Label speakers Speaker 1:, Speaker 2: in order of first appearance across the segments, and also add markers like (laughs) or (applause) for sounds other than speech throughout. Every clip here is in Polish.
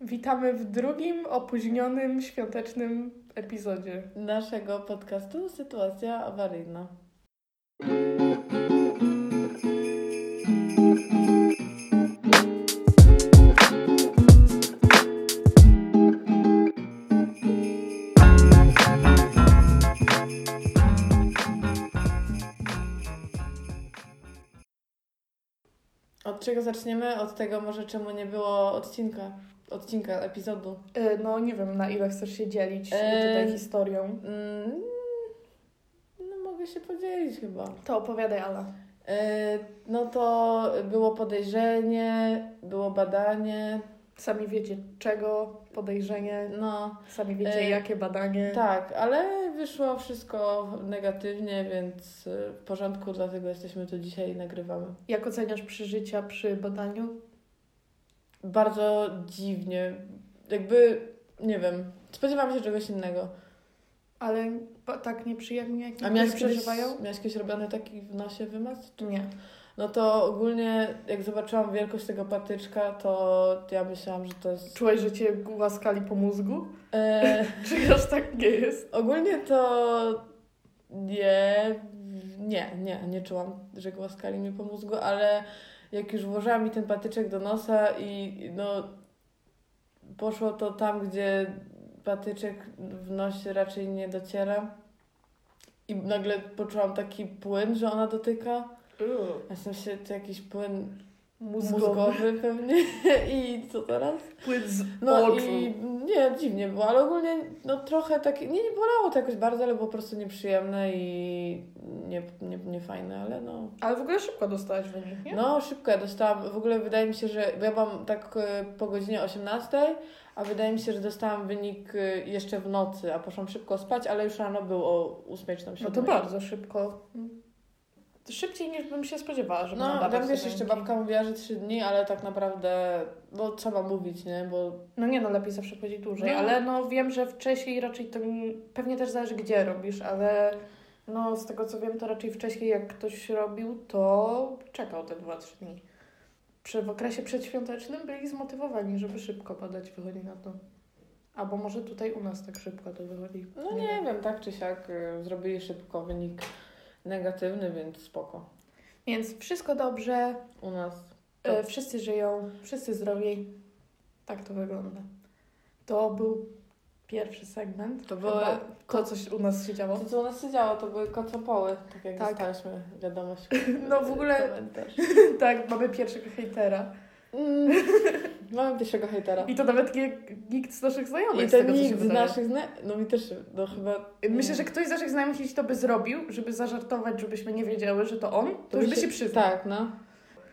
Speaker 1: Witamy w drugim opóźnionym świątecznym epizodzie.
Speaker 2: naszego podcastu Sytuacja awaryjna. Od czego zaczniemy? Od tego może czemu nie było odcinka, odcinka, epizodu.
Speaker 1: E, No nie wiem, na ile chcesz się dzielić
Speaker 2: E,
Speaker 1: tutaj historią.
Speaker 2: Mm, no mogę się podzielić chyba.
Speaker 1: To opowiadaj, Ala.
Speaker 2: E, No to było podejrzenie, było badanie.
Speaker 1: Sami wiecie czego, podejrzenie,
Speaker 2: No
Speaker 1: sami wiecie
Speaker 2: E,
Speaker 1: jakie badanie.
Speaker 2: tak, ale wyszło wszystko negatywnie, więc e, w porządku, dlatego jesteśmy tu dzisiaj i nagrywamy.
Speaker 1: Jak oceniasz przeżycia przy badaniu?
Speaker 2: Bardzo dziwnie. Jakby, nie wiem, spodziewałam się czegoś innego.
Speaker 1: Ale ba- tak nieprzyjemnie, jak
Speaker 2: A
Speaker 1: niektórzy
Speaker 2: miałeś kiedyś,
Speaker 1: przeżywają?
Speaker 2: miałeś kiedyś robiony taki w nosie wymaz?
Speaker 1: Nie.
Speaker 2: No to ogólnie, jak zobaczyłam wielkość tego patyczka, to ja myślałam, że to jest...
Speaker 1: Czułeś, że cię głaskali po mózgu? (laughs)
Speaker 2: E,
Speaker 1: Czy aż tak nie jest?
Speaker 2: Ogólnie to nie, nie, nie, nie czułam, że głaskali mnie po mózgu, ale jak już włożyłam mi ten patyczek do nosa i no poszło to tam, gdzie patyczek w nosie raczej nie dociera i nagle poczułam taki płyn, że ona dotyka. Ja w sensie to jakiś płyn
Speaker 1: Mózgowy.
Speaker 2: mózgowy, pewnie (laughs) i co teraz?
Speaker 1: Płyt z
Speaker 2: No
Speaker 1: oczu.
Speaker 2: i nie, dziwnie było, ale ogólnie no trochę takie, nie, nie bolało to jakoś bardzo, ale było po prostu nieprzyjemne i nie, nie, nie fajne, ale no.
Speaker 1: Ale w ogóle szybko dostałaś wynik, nie?
Speaker 2: No szybko ja dostałam, w ogóle wydaje mi się, że, bo ja mam tak e, po godzinie 18, a wydaje mi się, że dostałam wynik e, jeszcze w nocy, a poszłam szybko spać, ale już rano był o 8 czy tam 7.
Speaker 1: No to bardzo szybko. To Szybciej niż bym się spodziewała, że będą
Speaker 2: No,
Speaker 1: dawać
Speaker 2: tam
Speaker 1: te
Speaker 2: wiesz, jeszcze
Speaker 1: ręki.
Speaker 2: babka mówiła, że 3 dni, ale tak naprawdę, no trzeba mówić, nie, bo
Speaker 1: No nie, no lepiej zawsze powiedzieć dłużej,
Speaker 2: No.
Speaker 1: ale no wiem, że wcześniej raczej to pewnie też zależy gdzie robisz, ale no z tego co wiem, to raczej wcześniej jak ktoś robił, to czekał te 2-3 dni. Przy, w okresie przedświątecznym byli zmotywowani, żeby szybko badać wychodzi na to. Albo może tutaj u nas tak szybko to wychodzi.
Speaker 2: No nie wiem, tak czy siak y, zrobili szybko wynik negatywny, więc spoko.
Speaker 1: Więc wszystko dobrze,
Speaker 2: U nas
Speaker 1: E, wszyscy żyją, wszyscy zdrowi. Tak to wygląda. To był pierwszy segment.
Speaker 2: To
Speaker 1: chyba.
Speaker 2: były-
Speaker 1: to, coś u nas się działo.
Speaker 2: (laughs) to, co u nas się działo, to były kocopoły, tak jak
Speaker 1: Tak.
Speaker 2: dostaliśmy wiadomość.
Speaker 1: (laughs) No w ogóle-
Speaker 2: komentarz.
Speaker 1: tak, mamy pierwszego hejtera.
Speaker 2: Mm, Mamy pierwszego hejtera.
Speaker 1: I to nawet nie, nikt z naszych znajomych.
Speaker 2: No. I
Speaker 1: z
Speaker 2: to
Speaker 1: tego, co się
Speaker 2: nikt z
Speaker 1: wydaje.
Speaker 2: naszych zna... No mi też, no chyba...
Speaker 1: Myślę, że ktoś z naszych znajomych, jeśli to by zrobił, żeby zażartować, żebyśmy nie wiedziały, że to on, to, już by się przyznał.
Speaker 2: Tak, no.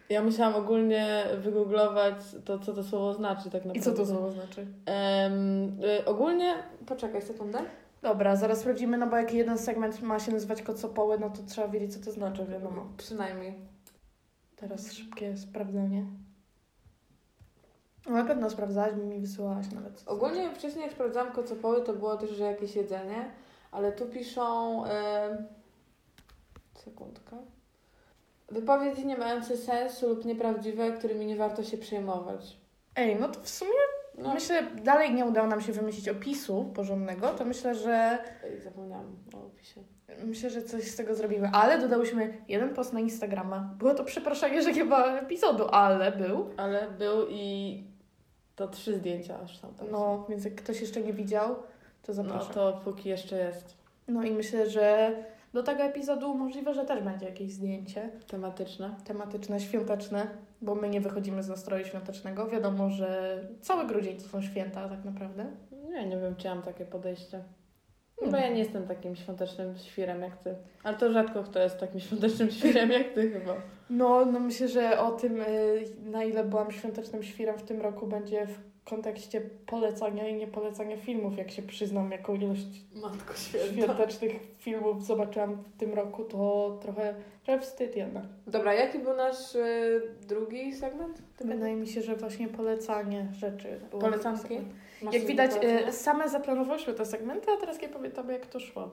Speaker 2: Ja musiałam ogólnie wygooglować to, co to słowo znaczy tak naprawdę.
Speaker 1: I co to słowo znaczy?
Speaker 2: Em, y, ogólnie... Poczekaj sekundę.
Speaker 1: Dobra, zaraz sprawdzimy, no bo jak jeden segment ma się nazywać kocopoły, no to trzeba wiedzieć, co to znaczy, wiadomo.
Speaker 2: Przynajmniej.
Speaker 1: Teraz szybkie sprawdzenie. No, na pewno sprawdzałaś, mi wysyłałaś nawet. co to
Speaker 2: Ogólnie wcześniej jak sprawdzałam kocopoły, to było też, że jakieś jedzenie, ale tu piszą... E... Sekundka. Wypowiedzi nie mające sensu lub nieprawdziwe, którymi nie warto się przejmować.
Speaker 1: znaczy. Ej, no to w sumie
Speaker 2: No,
Speaker 1: myślę, dalej nie udało nam się wymyślić opisu porządnego, to myślę, że
Speaker 2: Ej, zapomniałam o opisie.
Speaker 1: myślę, że coś z tego zrobimy. Ale dodałyśmy jeden post na Instagrama. Było to przepraszanie, że nie ma epizodu, ale był.
Speaker 2: Ale był i to trzy zdjęcia aż tam. tam są.
Speaker 1: No, więc jak ktoś jeszcze nie widział, to
Speaker 2: no
Speaker 1: zapraszam.
Speaker 2: to póki jeszcze jest
Speaker 1: No i myślę, że do tego epizodu możliwe, że też będzie jakieś zdjęcie.
Speaker 2: tematyczne.
Speaker 1: tematyczne, świąteczne, bo my nie wychodzimy z nastroju świątecznego. Wiadomo, że cały grudzień to są święta tak naprawdę.
Speaker 2: Ja nie wiem, czy ja mam takie podejście. No
Speaker 1: Nie.
Speaker 2: Bo ja nie jestem takim świątecznym świerem jak ty. Ale to rzadko kto jest takim świątecznym (laughs) świerem jak ty chyba.
Speaker 1: No, no myślę, że o tym, y, na ile byłam świątecznym świrem w tym roku, będzie w kontekście polecania i niepolecania filmów. Jak się przyznam, jaką ilość
Speaker 2: Matko
Speaker 1: świątecznych filmów zobaczyłam w tym roku, to trochę, trochę wstyd jednak.
Speaker 2: Dobra, jaki był nasz y, drugi segment?
Speaker 1: Wydaje mi się, że właśnie polecanie rzeczy. było
Speaker 2: Polecanki? Masz
Speaker 1: Jak
Speaker 2: coś
Speaker 1: widać,
Speaker 2: do
Speaker 1: y,
Speaker 2: polecenia?
Speaker 1: same zaplanowałyśmy te segmenty, a teraz nie pamiętam, jak to szło.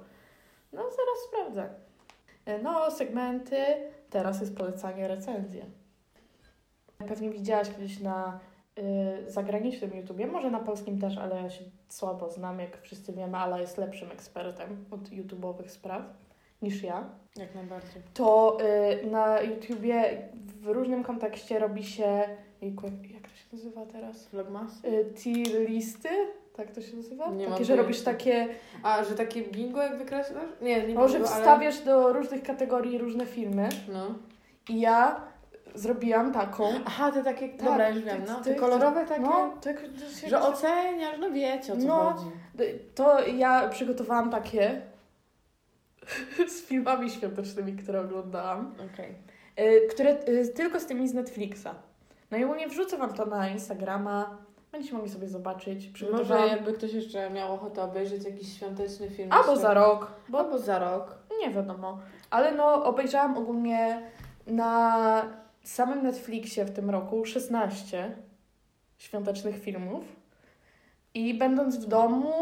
Speaker 1: No, zaraz sprawdzę. Y, No, segmenty, teraz jest polecanie recenzje. Pewnie widziałaś kiedyś na y, zagranicznym YouTubie, może na polskim też, ale ja się słabo znam, jak wszyscy wiemy, Ala jest lepszym ekspertem od YouTube'owych spraw niż ja
Speaker 2: Jak najbardziej.
Speaker 1: to y, na YouTubie w różnym kontekście robi się. Jejku, jak- jak to się nazywa teraz?
Speaker 2: Vlogmas?
Speaker 1: Y, tier listy? Tak to się nazywa?
Speaker 2: Nie mam
Speaker 1: takie, że robisz
Speaker 2: pojęcia.
Speaker 1: takie.
Speaker 2: A, że takie bingo jak wykreślasz? Nie, nie
Speaker 1: No, że
Speaker 2: bingo, ale-
Speaker 1: wstawiasz do różnych kategorii różne filmy.
Speaker 2: No.
Speaker 1: I ja zrobiłam taką.
Speaker 2: Aha, te takie,
Speaker 1: Tak,
Speaker 2: dobra, już wiem, no.
Speaker 1: ty-
Speaker 2: Te
Speaker 1: ty-
Speaker 2: kolorowe takie,
Speaker 1: No, tak, to się
Speaker 2: że oceniasz, no wiecie o co
Speaker 1: No.
Speaker 2: chodzi.
Speaker 1: To ja przygotowałam takie (laughs) z filmami świątecznymi, które oglądałam.
Speaker 2: Okej.
Speaker 1: y, które y, tylko z tymi z Netflixa. No i ogólnie wrzucę Wam to na Instagrama. Będziecie mogli sobie zobaczyć.
Speaker 2: Może
Speaker 1: Przygotowałam.
Speaker 2: jakby ktoś jeszcze miał ochotę obejrzeć jakiś świąteczny film.
Speaker 1: Albo za rok, bo
Speaker 2: Albo za rok.
Speaker 1: nie wiadomo. Ale no, obejrzałam ogólnie na samym Netflixie w tym roku 16 świątecznych filmów. I będąc w domu,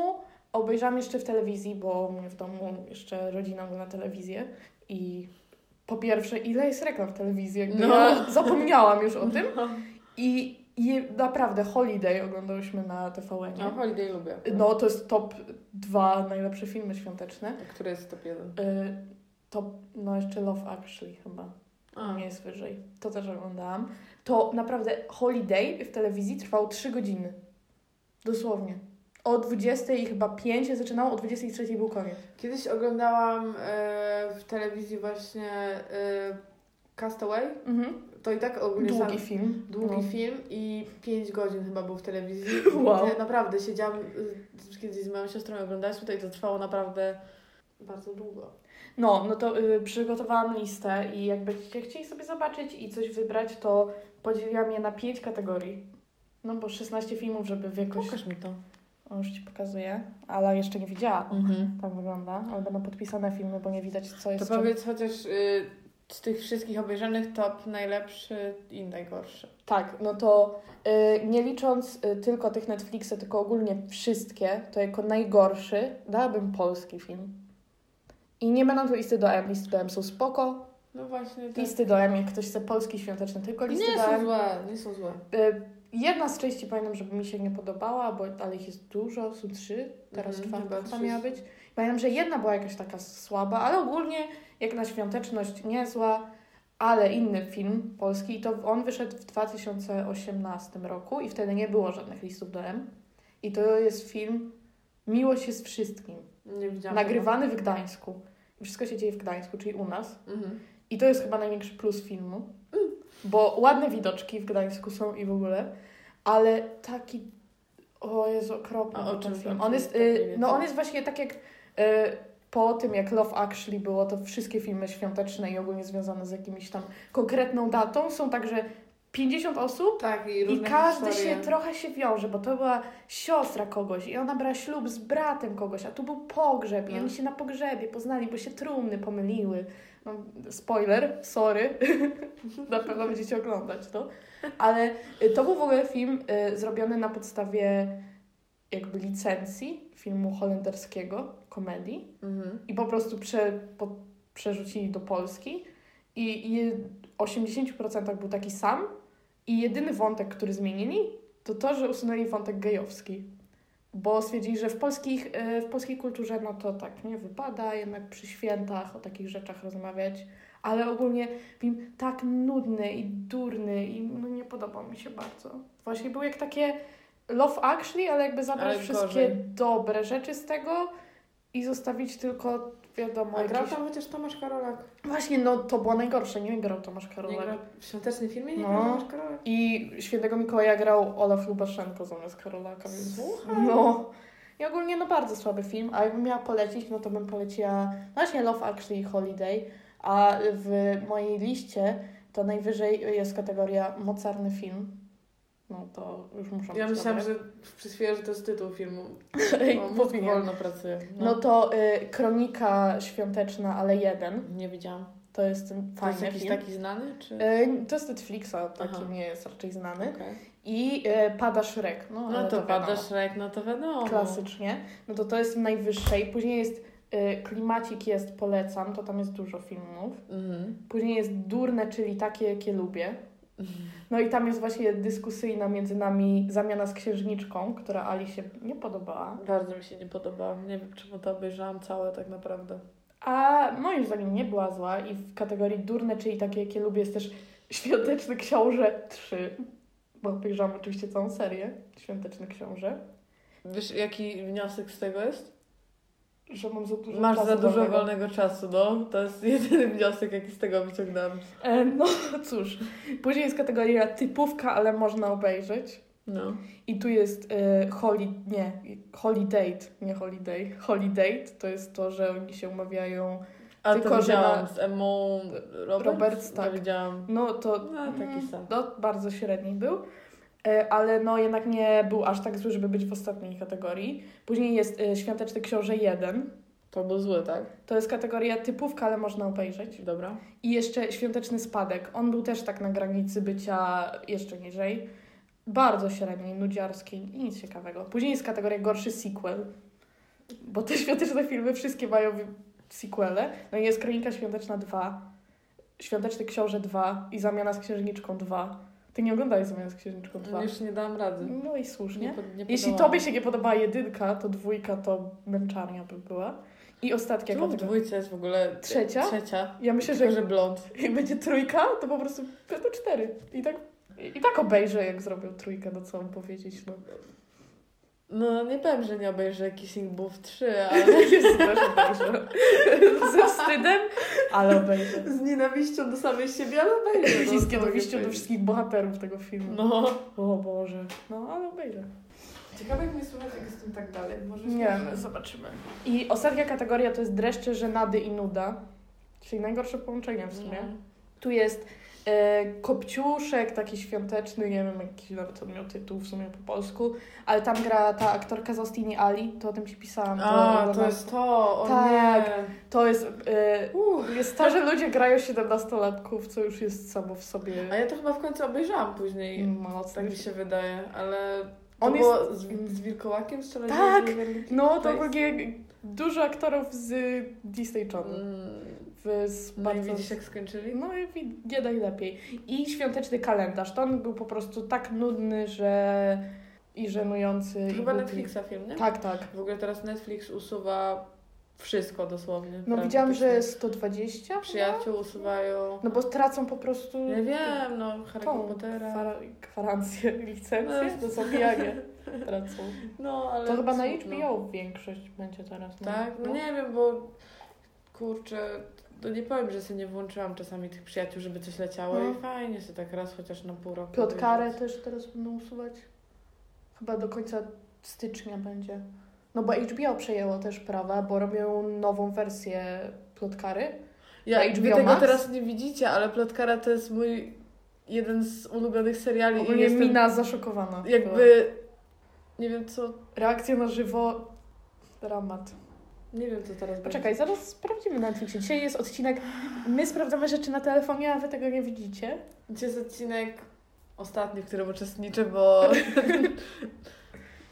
Speaker 1: obejrzałam jeszcze w telewizji, bo u mnie w domu jeszcze rodzina ogląda telewizję. I po pierwsze, ile jest reklam w telewizji? Jakby
Speaker 2: No.
Speaker 1: Ja zapomniałam już o tym. I, I naprawdę Holiday oglądałyśmy na TVN.
Speaker 2: No, Holiday lubię.
Speaker 1: No, to jest top dwa najlepsze filmy świąteczne.
Speaker 2: Który jest top 1?
Speaker 1: Y, top, no jeszcze Love Actually chyba,
Speaker 2: A,
Speaker 1: nie jest wyżej. To też oglądałam. To naprawdę Holiday w telewizji trwał 3 godziny. Dosłownie. O 20 i chyba 5 się zaczynało, o 23 był koniec.
Speaker 2: Kiedyś oglądałam e, w telewizji właśnie e, Castaway.
Speaker 1: Mhm.
Speaker 2: To i tak ogólnie sam-
Speaker 1: Długi film.
Speaker 2: długi
Speaker 1: no.
Speaker 2: film i 5 godzin chyba był w telewizji. (laughs)
Speaker 1: Wow.
Speaker 2: Ja Naprawdę siedziałam y, kiedyś z moją siostrą i oglądałaś tutaj to trwało naprawdę bardzo długo.
Speaker 1: No, no to y, przygotowałam listę i jak będziecie chcieli sobie zobaczyć i coś wybrać, to podzieliłam je na pięć kategorii. No bo 16 filmów, żeby w jakoś...
Speaker 2: Pokaż mi to.
Speaker 1: O, już Ci pokazuję, ale jeszcze nie widziała.
Speaker 2: Mhm.
Speaker 1: Tak wygląda, ale będą podpisane filmy, bo nie widać co
Speaker 2: To
Speaker 1: jest czym.
Speaker 2: powiedz chociaż y, z tych wszystkich obejrzanych top najlepszy i najgorszy.
Speaker 1: Tak, no to y, nie licząc y, tylko tych Netflixa, tylko ogólnie wszystkie, to jako najgorszy dałabym polski film. I nie będą tu listy do M. Listy do M są spoko.
Speaker 2: No właśnie. Tak.
Speaker 1: Listy do M, jak ktoś chce polski świąteczny, tylko listy
Speaker 2: Nie
Speaker 1: do M.
Speaker 2: są złe, nie są złe.
Speaker 1: Y, Jedna z części pamiętam, żeby mi się nie podobała, bo ale ich jest dużo, są trzy, teraz
Speaker 2: Mhm,
Speaker 1: czwarta
Speaker 2: chyba
Speaker 1: chyba
Speaker 2: trzy.
Speaker 1: miała być. Pamiętam, że jedna była jakaś taka słaba, ale ogólnie jak na świąteczność niezła, ale inny film polski i to on wyszedł w 2018 roku i wtedy nie było żadnych listów do M. I to jest film Miłość jest wszystkim,
Speaker 2: Nie widziałam.
Speaker 1: nagrywany w Gdańsku. Wszystko się dzieje w Gdańsku, czyli u nas.
Speaker 2: tego. Mhm.
Speaker 1: I to jest chyba największy plus filmu,
Speaker 2: Mm.
Speaker 1: bo ładne widoczki w Gdańsku są i w ogóle, ale taki. O jest okropny
Speaker 2: A
Speaker 1: był
Speaker 2: o
Speaker 1: ten
Speaker 2: czym
Speaker 1: film.
Speaker 2: to?
Speaker 1: On jest,
Speaker 2: Tak mniej
Speaker 1: y,
Speaker 2: więcej.
Speaker 1: no on jest właśnie tak jak y, po tym, jak Love Actually było, to wszystkie filmy świąteczne i ogólnie związane z jakimiś tam konkretną datą są także 50 osób
Speaker 2: Tak, i
Speaker 1: i
Speaker 2: różne
Speaker 1: każdy
Speaker 2: historie.
Speaker 1: się trochę się wiąże, bo to była siostra kogoś i ona brała ślub z bratem kogoś, a tu był pogrzeb i
Speaker 2: No.
Speaker 1: oni się na pogrzebie poznali, bo się trumny pomyliły. No, spoiler, sorry, (laughs) na pewno będziecie oglądać to. Ale y, to był w ogóle film y, zrobiony na podstawie jakby licencji filmu holenderskiego, komedii
Speaker 2: Mhm.
Speaker 1: i po prostu prze, po, przerzucili do Polski. I, i w 80% był taki sam. I jedyny wątek, który zmienili, to to, że usunęli wątek gejowski. Bo stwierdzili, że w, polskich, e, w polskiej kulturze no to tak nie wypada, jednak przy świętach o takich rzeczach rozmawiać. Ale ogólnie film tak nudny i durny i no nie podobał mi się bardzo. Właśnie był jak takie Love Actually, ale jakby zabrać
Speaker 2: Ale
Speaker 1: wszystkie
Speaker 2: gorzej.
Speaker 1: dobre rzeczy z tego i zostawić tylko, wiadomo,
Speaker 2: A grał
Speaker 1: jakieś...
Speaker 2: tam chociaż Tomasz Karolak.
Speaker 1: Właśnie, no to było najgorsze, nie grał Tomasz
Speaker 2: Nie
Speaker 1: Karolak.
Speaker 2: gra w świątecznym filmie nie
Speaker 1: No.
Speaker 2: grał Tomasz Karolak.
Speaker 1: I Świętego Mikołaja grał Olaf Lubaszenko zamiast Karolaka, więc...
Speaker 2: Słuchaj.
Speaker 1: No. I ogólnie, no bardzo słaby film, a jakbym miała polecić, no to bym poleciła właśnie Love Actually i Holiday, a w mojej liście to najwyżej jest kategoria mocarny film. No to już muszę
Speaker 2: Ja
Speaker 1: być
Speaker 2: myślałam, No,
Speaker 1: dobra.
Speaker 2: że przez chwilę, że to jest tytuł filmu.
Speaker 1: Ej,
Speaker 2: Bo mózg
Speaker 1: powinien.
Speaker 2: wolno pracuje. No,
Speaker 1: No to y, Kronika Świąteczna, ale jeden.
Speaker 2: nie widziałam.
Speaker 1: To jest ten
Speaker 2: To jest
Speaker 1: fajny
Speaker 2: jakiś
Speaker 1: film.
Speaker 2: taki znany? Czy...
Speaker 1: Y, To jest Netflixa, taki
Speaker 2: Aha.
Speaker 1: nie jest raczej znany.
Speaker 2: Okej.
Speaker 1: I y, Pada Shrek. No, ale
Speaker 2: No to
Speaker 1: wiadomo.
Speaker 2: pada Shrek, no to wiadomo.
Speaker 1: Klasycznie. No to to jest w najwyższej. Później jest y, Klimacik jest Polecam, to tam jest dużo filmów.
Speaker 2: Mhm. (laughs)
Speaker 1: Później jest Durne, czyli takie, jakie lubię. No i tam jest właśnie dyskusyjna między nami zamiana z księżniczką, która Ali się nie podobała.
Speaker 2: Bardzo mi się nie podoba. Nie wiem, czemu to obejrzałam całe tak naprawdę.
Speaker 1: A moim zdaniem nie była zła i w kategorii durne, czyli takie, jakie lubię, jest też Świąteczny Książę 3. Bo obejrzałam oczywiście całą serię Świąteczny Książę.
Speaker 2: Wiesz, jaki wniosek z tego jest?
Speaker 1: Że mam za dużo
Speaker 2: Masz za
Speaker 1: czasu
Speaker 2: dużo
Speaker 1: wolnego.
Speaker 2: wolnego czasu, no. To jest (laughs) jedyny wniosek, jaki z tego wyciągnęłam.
Speaker 1: E, no (laughs) cóż. Później jest kategoria typówka, ale można obejrzeć.
Speaker 2: No.
Speaker 1: I tu jest e, holi, nie, holiday, nie holiday. Holiday to jest to, że oni się umawiają.
Speaker 2: A
Speaker 1: Tylko,
Speaker 2: to
Speaker 1: że
Speaker 2: widziałam
Speaker 1: na-
Speaker 2: z Emmą Roberts.
Speaker 1: Roberts, tak.
Speaker 2: To widziałam.
Speaker 1: No to
Speaker 2: No, taki
Speaker 1: mm,
Speaker 2: sam.
Speaker 1: No, bardzo średni był. E, Ale no jednak nie był aż tak zły, żeby być w ostatniej kategorii. Później jest e, Świąteczny Książę 1.
Speaker 2: To był zły, tak?
Speaker 1: To jest kategoria typówka, ale można obejrzeć.
Speaker 2: Dobra.
Speaker 1: I jeszcze Świąteczny Spadek. On był też tak na granicy bycia jeszcze niżej. Bardzo średni, nudziarski i nic ciekawego. Później jest kategoria Gorszy Sequel. Bo te (laughs) świąteczne filmy wszystkie mają wi- sequele. No i jest Kronika Świąteczna 2, Świąteczny Książę 2 i Zamiana z Księżniczką 2. Ty nie oglądaj Zamiana z Księżniczką 2.
Speaker 2: Już No nie dam rady.
Speaker 1: No i słusznie.
Speaker 2: Nie, pod- nie
Speaker 1: Jeśli
Speaker 2: podobało
Speaker 1: tobie
Speaker 2: mi
Speaker 1: się nie podoba jedynka, to dwójka to męczarnia by była. I ostatnia
Speaker 2: Tu w
Speaker 1: kategoria.
Speaker 2: dwójce jest w ogóle...
Speaker 1: Trzecia?
Speaker 2: Trzecia.
Speaker 1: Ja myślę, że
Speaker 2: Tylko, że blond.
Speaker 1: jak będzie trójka, to po prostu będą cztery. I tak, I tak obejrzę, jak zrobią trójkę, no co mam powiedzieć, no. (laughs)
Speaker 2: No nie powiem, że nie obejrzę Kissing Booth 3, ale...
Speaker 1: Jest też obejrzę. Ze wstydem, ale obejrzę.
Speaker 2: (laughs) z nienawiścią do samej siebie, ale obejrzę. no,
Speaker 1: Wszystkie
Speaker 2: co No, mogę
Speaker 1: dowieścią do
Speaker 2: powiedzieć.
Speaker 1: wszystkich bohaterów tego filmu.
Speaker 2: No.
Speaker 1: O Boże. No, ale obejrzę.
Speaker 2: Ciekawe jak mnie słychać, jak jestem tak dalej. Może
Speaker 1: Nie, zobaczymy. I ostatnia kategoria to jest dreszcze, żenady i nuda. Czyli najgorsze połączenie w sumie.
Speaker 2: No.
Speaker 1: Tu jest e, kopciuszek taki świąteczny, nie wiem jaki nawet on miał tytuł w sumie po polsku, ale tam gra ta aktorka z Ostini Ali, to o tym ci pisałam.
Speaker 2: A,
Speaker 1: ona-
Speaker 2: to jest to, o
Speaker 1: Tak.
Speaker 2: nie.
Speaker 1: To jest, e,
Speaker 2: Uh.
Speaker 1: jest starzy ludzie grają 17-latków, co już jest samo w sobie
Speaker 2: A ja to chyba w końcu obejrzałam później.
Speaker 1: mocne.
Speaker 2: Tak mi się wydaje, ale to
Speaker 1: On
Speaker 2: On
Speaker 1: jest...
Speaker 2: było z, z Wilkołakiem z Czeladni
Speaker 1: Tak.
Speaker 2: z Beverly Hills?
Speaker 1: No, to
Speaker 2: jest-
Speaker 1: ogólnie dużo aktorów z Disney Channel.
Speaker 2: Mm,
Speaker 1: W- Z
Speaker 2: No i
Speaker 1: bardzo-
Speaker 2: widzisz jak skończyli?
Speaker 1: No i wi- nie najlepiej. I świąteczny kalendarz. To on był po prostu tak nudny, że i żenujący. i
Speaker 2: Chyba
Speaker 1: głupi.
Speaker 2: Netflixa film, nie?
Speaker 1: Tak, tak.
Speaker 2: W ogóle teraz Netflix usuwa wszystko dosłownie.
Speaker 1: No
Speaker 2: praktycznie.
Speaker 1: widziałam, że 120.
Speaker 2: Przyjaciół usuwają.
Speaker 1: No bo tracą po prostu
Speaker 2: Nie wiem, no Harry
Speaker 1: tą
Speaker 2: Pottera.
Speaker 1: gwar- gwarancję, (laughs) licencję, to
Speaker 2: No.
Speaker 1: zabijanie tracą.
Speaker 2: No, ale
Speaker 1: To chyba na
Speaker 2: smutno.
Speaker 1: HBO większość będzie teraz.
Speaker 2: Tak? No nie wiem, bo kurczę, to nie powiem, że sobie nie włączyłam czasami tych przyjaciół, żeby coś leciało
Speaker 1: No.
Speaker 2: i fajnie się tak raz chociaż na pół roku.
Speaker 1: Plotkarę
Speaker 2: obejrzeć.
Speaker 1: też teraz będą usuwać. Chyba do końca stycznia będzie. No bo HBO przejęło też prawa, bo robią nową wersję plotkary.
Speaker 2: Ja
Speaker 1: Na
Speaker 2: wy
Speaker 1: HBO
Speaker 2: tego
Speaker 1: Max?
Speaker 2: teraz nie widzicie, ale Plotkara to jest mój jeden z ulubionych seriali
Speaker 1: Ogólnie
Speaker 2: i jestem
Speaker 1: mina zaszokowana. była.
Speaker 2: jakby nie wiem co,
Speaker 1: Reakcja na żywo. Dramat.
Speaker 2: nie wiem co teraz
Speaker 1: Poczekaj, zaraz sprawdzimy na Netflixie. Dzisiaj jest odcinek. My sprawdzamy rzeczy na telefonie, a wy tego nie widzicie.
Speaker 2: będzie. Gdzie jest odcinek ostatni, w którym uczestniczę, (laughs) bo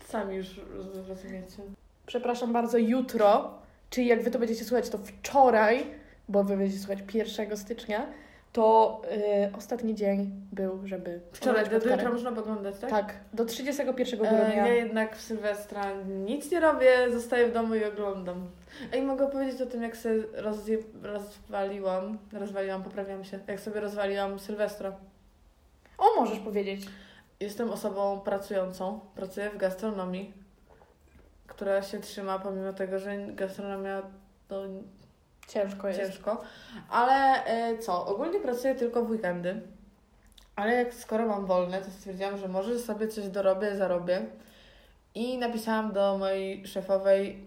Speaker 2: sami już rozumiecie.
Speaker 1: Przepraszam bardzo, jutro, czyli jak wy to będziecie słuchać, to wczoraj, bo wy będziecie słuchać 1 stycznia, to y, ostatni dzień był, żeby.
Speaker 2: Wczoraj, do
Speaker 1: oglądać
Speaker 2: do
Speaker 1: podkarę.
Speaker 2: jutra można podglądać, tak?
Speaker 1: Tak, do 31
Speaker 2: E,
Speaker 1: grudnia.
Speaker 2: Ja jednak w Sylwestra nic nie robię, zostaję w domu i oglądam. Ej, mogę powiedzieć o tym, jak sobie rozje... rozwaliłam, rozwaliłam, poprawiam się, jak sobie rozwaliłam Sylwestra.
Speaker 1: O, możesz powiedzieć.
Speaker 2: Jestem osobą pracującą, pracuję w gastronomii, która się trzyma pomimo tego, że gastronomia to
Speaker 1: Ciężko jest.
Speaker 2: ciężko. Ale e, co, ogólnie pracuję tylko w weekendy. Ale jak skoro mam wolne, to stwierdziłam, że może sobie coś dorobię, zarobię. I napisałam do mojej szefowej,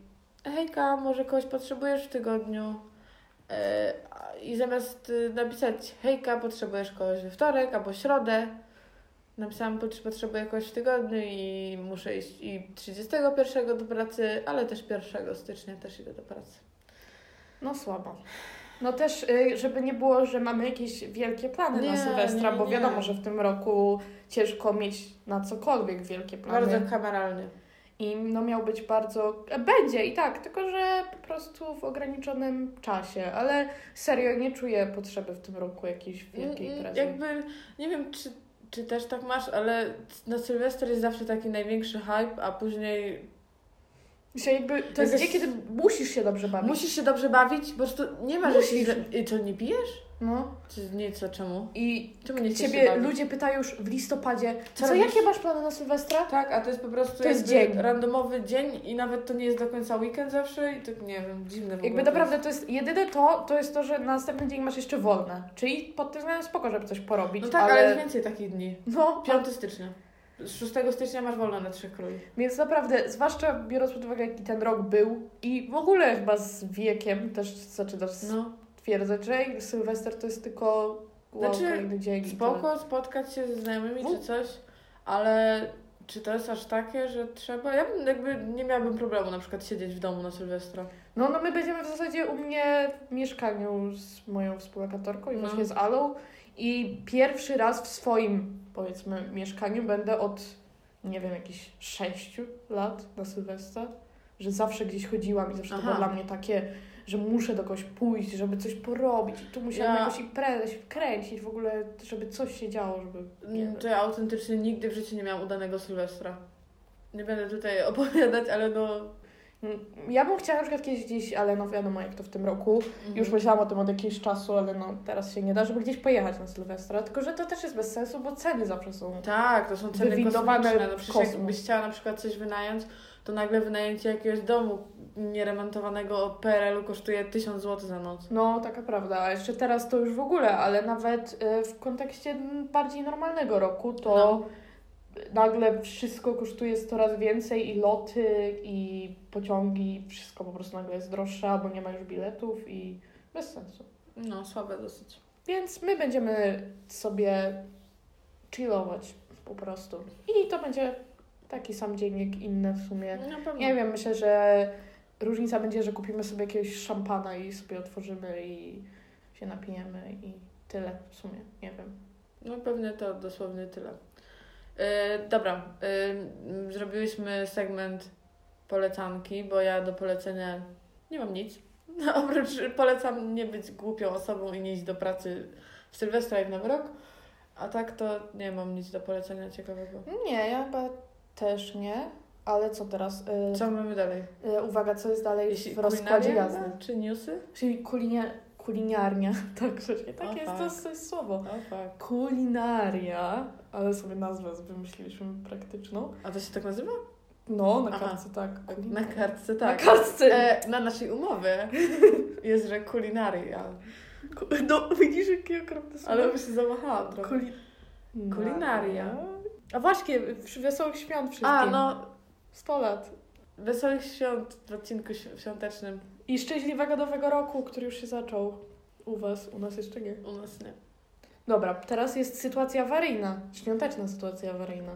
Speaker 2: hejka, może kogoś potrzebujesz w tygodniu? E, a- I zamiast y, napisać, hejka, potrzebujesz kogoś we wtorek albo środę, napisałam, "Pot- potrzebuję kogoś w tygodniu i muszę iść i 31 do pracy, ale też 1 stycznia też idę do pracy.
Speaker 1: No słabo. No też, y, żeby nie było, że mamy jakieś wielkie plany na
Speaker 2: Nie,
Speaker 1: Sylwestra,
Speaker 2: nie,
Speaker 1: bo
Speaker 2: nie.
Speaker 1: wiadomo, że w tym roku ciężko mieć na cokolwiek wielkie plany.
Speaker 2: Bardzo kameralnie.
Speaker 1: I no miał być bardzo. e, Będzie i tak, tylko że po prostu w ograniczonym czasie, ale serio nie czuję potrzeby w tym roku jakiejś wielkiej
Speaker 2: Mm, mm,
Speaker 1: imprezy.
Speaker 2: Jakby, nie wiem, czy, czy też tak masz, ale na Sylwester jest zawsze taki największy hype, a później
Speaker 1: Się jakby, to jest
Speaker 2: Jakoś-
Speaker 1: dzień, kiedy musisz się dobrze bawić.
Speaker 2: musisz się dobrze bawić, po prostu nie ma, że się...
Speaker 1: Musisz.
Speaker 2: za- I co, nie pijesz?
Speaker 1: No.
Speaker 2: Czy nie, co, czemu?
Speaker 1: I
Speaker 2: Czemu nie chcesz się
Speaker 1: ciebie
Speaker 2: bawić?
Speaker 1: ludzie pytają już w listopadzie,
Speaker 2: Co
Speaker 1: co,
Speaker 2: robisz?
Speaker 1: jakie masz plany na Sylwestra?
Speaker 2: Tak, a to jest po prostu
Speaker 1: To jest
Speaker 2: jakby
Speaker 1: dzień.
Speaker 2: randomowy dzień i nawet to nie jest do końca weekend zawsze i tak nie wiem, dziwne w ogóle.
Speaker 1: Jakby naprawdę to jest jedyne to, to jest to, że na następny dzień masz jeszcze wolne. Czyli pod tym względem spoko, żeby coś porobić,
Speaker 2: No tak, ale... jest
Speaker 1: ale...
Speaker 2: więcej takich dni.
Speaker 1: No,
Speaker 2: 5 stycznia. Z 6 stycznia masz wolno na Trzech Króli.
Speaker 1: Więc naprawdę, zwłaszcza biorąc pod uwagę, jaki ten rok był i w ogóle chyba z wiekiem też zaczynasz
Speaker 2: No,
Speaker 1: stwierdzać, że Sylwester to jest tylko wow,
Speaker 2: Znaczy,
Speaker 1: kolejny dzień. i tyle.
Speaker 2: spoko spotkać się ze znajomymi
Speaker 1: No.
Speaker 2: czy coś, ale czy to jest aż takie, że trzeba... Ja bym jakby nie miałabym problemu na przykład siedzieć w domu na Sylwestra.
Speaker 1: No, no my będziemy w zasadzie u mnie w mieszkaniu z moją współlokatorką i
Speaker 2: No.
Speaker 1: właśnie z Alą i pierwszy raz w swoim, powiedzmy, mieszkaniu będę od, nie wiem, jakichś sześciu lat na Sylwestra, że zawsze gdzieś chodziłam i zawsze to
Speaker 2: Aha.
Speaker 1: było dla mnie takie, że muszę do kogoś pójść, żeby coś porobić i tu musiałam
Speaker 2: Ja-
Speaker 1: jakoś imprezę się wkręcić w ogóle, żeby coś się działo, żeby... Nie wiem.
Speaker 2: To ja autentycznie nigdy w życiu nie miałam udanego Sylwestra. Nie będę tutaj (laughs) opowiadać, ale no...
Speaker 1: Mm, Ja bym chciała na przykład kiedyś gdzieś, ale no wiadomo jak to w tym roku,
Speaker 2: Mhm.
Speaker 1: Już myślałam o tym od jakiegoś czasu, ale no teraz się nie da, żeby gdzieś pojechać na Sylwestra. Tylko, że to też jest bez sensu, bo ceny zawsze są.
Speaker 2: Tak, to są ceny
Speaker 1: Wywindowane
Speaker 2: kosmiczne. No przecież
Speaker 1: kosmos.
Speaker 2: jakbyś chciała na przykład coś wynająć, to nagle wynajęcie jakiegoś domu nieremontowanego od PRL-u kosztuje 1000 zł za noc.
Speaker 1: No, taka prawda. A jeszcze teraz to już w ogóle, ale nawet y, w kontekście bardziej normalnego roku to
Speaker 2: No.
Speaker 1: nagle wszystko kosztuje 100 razy więcej i loty, i pociągi, wszystko po prostu nagle jest droższe, bo nie ma już biletów i bez sensu.
Speaker 2: No, słabe dosyć.
Speaker 1: Więc my będziemy sobie chillować po prostu. I to będzie taki sam dzień jak inne w sumie.
Speaker 2: No, Na pewno.
Speaker 1: Nie wiem, myślę, że różnica będzie, że kupimy sobie jakiegoś szampana i sobie otworzymy i się napijemy i tyle w sumie, nie wiem.
Speaker 2: No pewnie to dosłownie tyle. Yy, dobra, yy, zrobiłyśmy segment polecanki, bo ja do polecenia nie mam nic. (laughs) No, oprócz polecam nie być głupią osobą i nie iść do pracy w Sylwestra i w Nowy Rok. A tak to nie mam nic do polecenia ciekawego.
Speaker 1: Nie, ja chyba też nie, ale co teraz? Y,
Speaker 2: Co mamy dalej?
Speaker 1: y, uwaga, co jest dalej
Speaker 2: Jeśli
Speaker 1: w rozkładzie
Speaker 2: kulinaria,
Speaker 1: jazdy?
Speaker 2: Czy newsy?
Speaker 1: Czyli kulinia, kuliniarnia, (laughs) tak, właśnie, tak
Speaker 2: O,
Speaker 1: jest,
Speaker 2: tak.
Speaker 1: to jest to jest słowo.
Speaker 2: O fuck.
Speaker 1: Kulinaria, ale sobie nazwę wymyśliliśmy praktyczną.
Speaker 2: A to się tak nazywa?
Speaker 1: No, na
Speaker 2: Aha.
Speaker 1: kartce tak.
Speaker 2: Na kartce,
Speaker 1: Na
Speaker 2: tak.
Speaker 1: kartce.
Speaker 2: E, na naszej umowie jest, że kulinaria.
Speaker 1: Ku- No, widzisz, jakie okropne słowo.
Speaker 2: Ale bym się zamachała trochę.
Speaker 1: Kuli...
Speaker 2: Kulinaria.
Speaker 1: A właśnie, przy Wesołych Świąt wszystkim.
Speaker 2: A, no,
Speaker 1: 100 lat.
Speaker 2: wesołych świąt w odcinku świ- świątecznym
Speaker 1: I szczęśliwego Nowego Roku, który już się zaczął. U was, u nas jeszcze nie.
Speaker 2: u nas nie.
Speaker 1: Dobra, teraz jest sytuacja awaryjna. Świąteczna sytuacja awaryjna.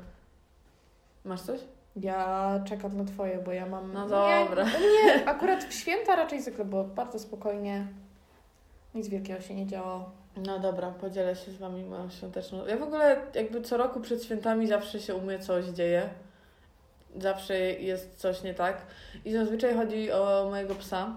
Speaker 2: Masz coś?
Speaker 1: Ja czekam na twoje, bo ja mam...
Speaker 2: No
Speaker 1: Nie,
Speaker 2: dobra.
Speaker 1: nie, akurat w święta raczej zwykle było bardzo spokojnie. Nic wielkiego się nie działo.
Speaker 2: No dobra, podzielę się z wami moją świąteczną. Ja w ogóle jakby co roku przed świętami zawsze się u mnie coś dzieje. Zawsze jest coś nie tak. I zazwyczaj chodzi o mojego psa.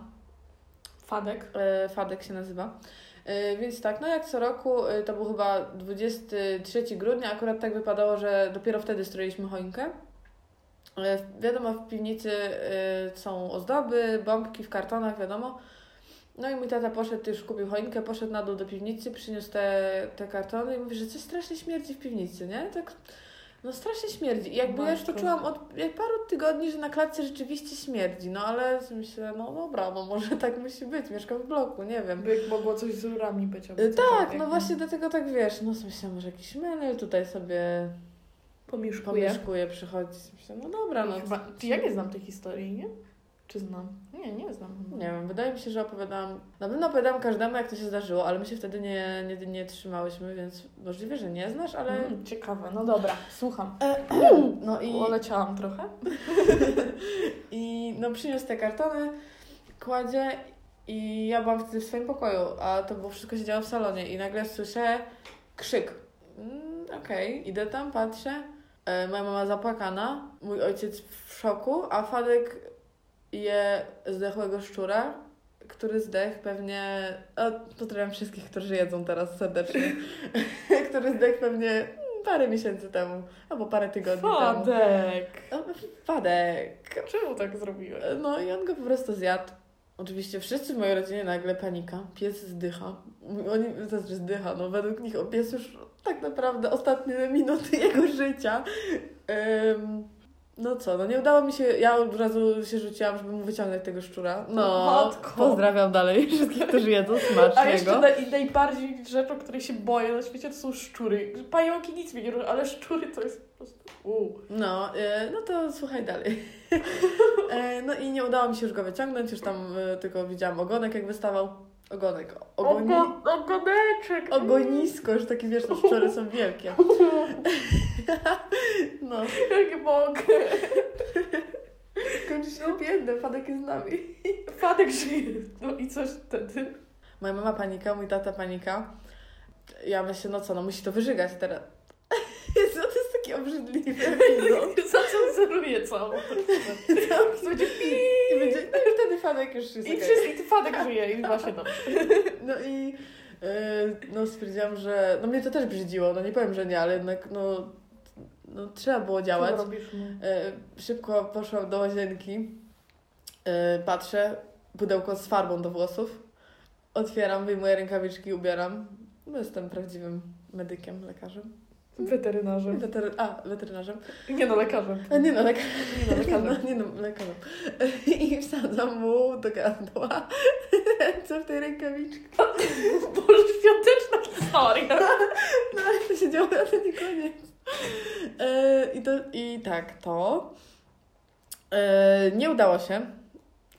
Speaker 1: Fadek.
Speaker 2: E, Fadek się nazywa. E, Więc tak, no jak co roku, e, to był chyba 23 grudnia, akurat tak wypadało, że dopiero wtedy stroiliśmy choinkę. E, Wiadomo, w piwnicy e, są ozdoby, bombki w kartonach, wiadomo. No i mój tata poszedł, już kupił choinkę, poszedł na dół do piwnicy, przyniósł te, te kartony i mówi, że coś strasznie śmierdzi w piwnicy, nie? Tak, no strasznie śmierdzi. I jakby ja już to
Speaker 1: Matko.
Speaker 2: czułam od jak paru tygodni, że na klatce rzeczywiście śmierdzi, no ale myślę, no dobra, no może (laughs) tak musi być, mieszkam w bloku, nie wiem.
Speaker 1: By mogło coś z rurami być. albo
Speaker 2: E, Tak,
Speaker 1: cokolwiek.
Speaker 2: no właśnie dlatego tak wiesz, no sobie myślałam, może jakiś menel tutaj sobie
Speaker 1: Pomieszkuję.
Speaker 2: pomieszkuje, przychodzi. Myślałam, no dobra, no
Speaker 1: Chyba, czy ja nie znam tej historii, nie? Czy znam? Nie, nie znam.
Speaker 2: nie wiem, wydaje mi się, że opowiadałam, na pewno opowiadałam każdemu jak to się zdarzyło, ale my się wtedy nie, nie, nie trzymałyśmy, więc możliwe, że nie znasz, ale...
Speaker 1: Mm, ciekawe, no dobra, słucham.
Speaker 2: No i...
Speaker 1: Oleciałam trochę.
Speaker 2: I no przyniósł te kartony, kładzie i ja byłam wtedy w swoim pokoju, a to było wszystko się działo w salonie i nagle słyszę krzyk. Mm, Okej, idę tam, patrzę, E, Moja mama zapłakana, mój ojciec w szoku, a Fadek je zdechłego szczura, który zdechł pewnie... O, pozdrawiam wszystkich, którzy jedzą teraz serdecznie. (laughs) który zdechł pewnie parę miesięcy temu, albo parę tygodni temu.
Speaker 1: Fadek!
Speaker 2: O, Fadek!
Speaker 1: Czemu tak zrobiłeś?
Speaker 2: No i on go po prostu zjadł. Oczywiście wszyscy w mojej rodzinie nagle panika. Pies zdycha. Oni znaczy zdycha. No według nich o pies już tak naprawdę ostatnie minuty (laughs) jego życia. Ym, no co, no nie udało mi się, ja od razu się rzuciłam, żeby mu wyciągnąć tego szczura. No,
Speaker 1: Matko.
Speaker 2: pozdrawiam dalej (laughs) wszystkich, którzy jedzą smacznego.
Speaker 1: A jeszcze naj, najbardziej rzecz, o której się boję na świecie, to są szczury. Pająki nic mi nie robią, ale szczury to jest po prostu... Uu.
Speaker 2: No, e, no to słuchaj dalej. (laughs) E, No i nie udało mi się już go wyciągnąć, już tam e, tylko widziałam ogonek, jak wystawał. Ogonek. Ogoni...
Speaker 1: Ogo, ogoneczek!
Speaker 2: Ogonisko, już takie wiesz, te szczury są wielkie. No,
Speaker 1: Jak mogę!
Speaker 2: kończy się biedne, Fadek jest z nami.
Speaker 1: Fadek żyje. No i coś wtedy.
Speaker 2: Moja mama panika, mój tata panika. Ja myślę, no co, no musi to wyżygać teraz. (laughs) Jezu, to jest taki (laughs) obrzydliwy widok.
Speaker 1: (laughs) Zacenzuruję całą. Będzie pi-
Speaker 2: No. I będzie- No i wtedy Fadek już jest
Speaker 1: I
Speaker 2: okej.
Speaker 1: wszyscy, i Fadek żyje i ma się dobrze.
Speaker 2: No i e, no stwierdziłam, że no mnie to też brzydziło, no nie powiem, że nie, ale jednak no, no trzeba było działać.
Speaker 1: Co robisz?
Speaker 2: E, Szybko poszłam do łazienki, E, patrzę, pudełko z farbą do włosów, otwieram, wyjmuję rękawiczki, ubieram. No jestem prawdziwym medykiem, lekarzem.
Speaker 1: Weterynarzem.
Speaker 2: Wetery- a, weterynarzem.
Speaker 1: Nie no, lekarzem.
Speaker 2: A nie no, lekarzem.
Speaker 1: Nie no,
Speaker 2: (laughs) No,
Speaker 1: lekarzem.
Speaker 2: nie no, lekarzem. I wsadzam mu do gardła (laughs) ręce w tej rękawiczki.
Speaker 1: Boże, świąteczna
Speaker 2: (laughs)
Speaker 1: historia.
Speaker 2: No ale to się działo, ale to nie koniec. E, i, to, I tak, to. E, nie udało się.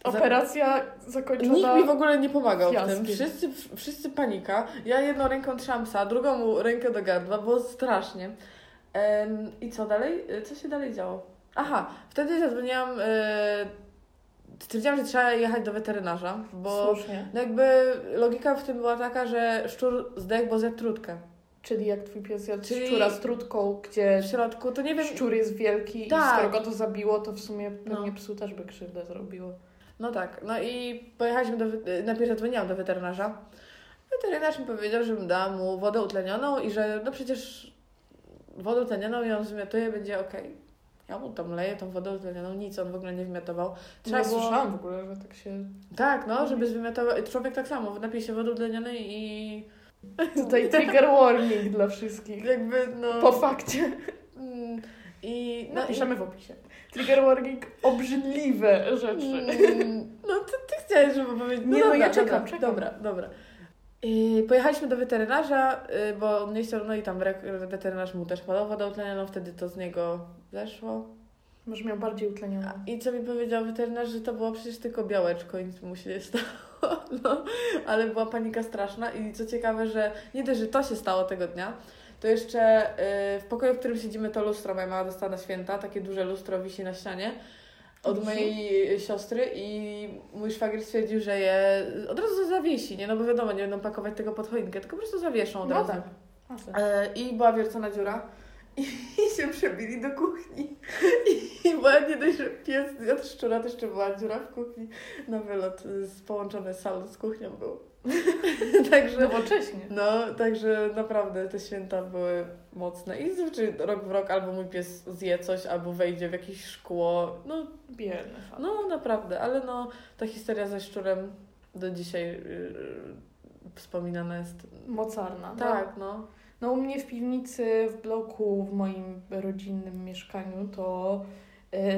Speaker 1: Operacja zakończona...
Speaker 2: Nikt mi w ogóle nie pomagał w
Speaker 1: fiaskiem.
Speaker 2: tym. Wszyscy, wszyscy panika. Ja jedną ręką trzymam psa, drugą mu rękę do gardła, było strasznie. Em, I co dalej? E, Co się dalej działo? Aha, wtedy zadzwoniłam. E, stwierdziłam, że trzeba jechać do weterynarza, bo
Speaker 1: Słusznie.
Speaker 2: no jakby logika w tym była taka, że szczur zdechł, bo zjadł trutkę.
Speaker 1: Czyli jak twój pies jadł
Speaker 2: Czyli-
Speaker 1: szczura z trutką, gdzie
Speaker 2: W środku to nie wiem.
Speaker 1: szczur jest wielki i
Speaker 2: Tak.
Speaker 1: skoro go to zabiło, to w sumie pewnie
Speaker 2: No.
Speaker 1: psu też by krzywdę zrobiło.
Speaker 2: No tak, no i pojechaliśmy do, wy- najpierw zadzwoniłam do weterynarza. Weterynarz mi powiedział, żebym dała mu wodę utlenioną i że no przecież wodę utlenioną ją zmiotuje, będzie okej. Ja mu tam leję tą wodę utlenioną, nic on w ogóle nie wymiotował.
Speaker 1: Trzeba
Speaker 2: Trzeba
Speaker 1: nie
Speaker 2: było...
Speaker 1: słyszałam w ogóle, że tak się... (laughs)
Speaker 2: Tak, no, żeby zwymiotował. Człowiek tak samo, napije się wody utlenionej i
Speaker 1: Tutaj trigger warning dla wszystkich.
Speaker 2: jakby no...
Speaker 1: Po fakcie.
Speaker 2: Mm, I... No, i...
Speaker 1: Napiszemy w opisie. Trigger warning, obrzydliwe rzeczy.
Speaker 2: Mm, No ty, ty chciałeś, żeby powiedzieć.
Speaker 1: Nie, no,
Speaker 2: dobra,
Speaker 1: ja czekam,
Speaker 2: dobra,
Speaker 1: czekam.
Speaker 2: Dobra, dobra. I pojechaliśmy do weterynarza, y, bo on nie chciał, no i tam re- weterynarz mu też podał wodę utlenioną, no wtedy to z niego zeszło.
Speaker 1: Może miał bardziej utlenione.
Speaker 2: I co mi powiedział weterynarz, że to było przecież tylko białeczko, nic mu się nie stało. (laughs) No, ale była panika straszna i co ciekawe, że nie dość, że to się stało tego dnia, to jeszcze y, w pokoju, w którym siedzimy, to lustro moja mama dostała na święta, takie duże lustro wisi na ścianie od
Speaker 1: Mhm.
Speaker 2: mojej y, siostry i mój szwagier stwierdził, że je od razu zawiesi, nie? No bo wiadomo, nie będą pakować tego pod choinkę, tylko po prostu zawieszą od
Speaker 1: No
Speaker 2: razu.
Speaker 1: tak. A, tak.
Speaker 2: E, I była wiercona dziura. I, I się przebili do kuchni. I, I była nie dość, że pies od szczura, to jeszcze była dziura w kuchni. Na wylot y, z połączony salon z kuchnią był. (laughs) także,
Speaker 1: Nowocześnie.
Speaker 2: no, także naprawdę te święta były mocne. I znaczy rok w rok albo mój pies zje coś, albo wejdzie w jakieś szkło. No,
Speaker 1: Biedny fan.
Speaker 2: no naprawdę, ale no ta historia ze szczurem do dzisiaj y, wspominana jest.
Speaker 1: Mocarna. no.
Speaker 2: Tak, no.
Speaker 1: No u mnie w piwnicy, w bloku, w moim rodzinnym mieszkaniu, to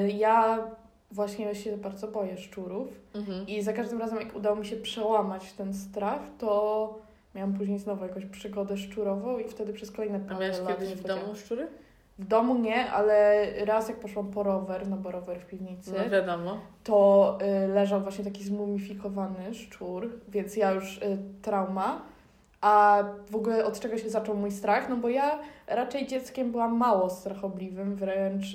Speaker 1: y, ja właśnie się bardzo boję szczurów.
Speaker 2: Mhm.
Speaker 1: I za każdym razem, jak udało mi się przełamać ten strach, to miałam później znowu jakąś przygodę szczurową i wtedy przez kolejne
Speaker 2: A
Speaker 1: parę
Speaker 2: miałeś
Speaker 1: lat
Speaker 2: kiedyś
Speaker 1: nie
Speaker 2: w
Speaker 1: wiedziałam.
Speaker 2: domu szczury?
Speaker 1: W domu nie, ale raz jak poszłam po rower, no bo rower w piwnicy,
Speaker 2: No wiadomo.
Speaker 1: to y, leżał właśnie taki zmumifikowany szczur, więc ja już y, trauma. A w ogóle od czego się zaczął mój strach? No bo ja raczej dzieckiem byłam mało strachobliwym, wręcz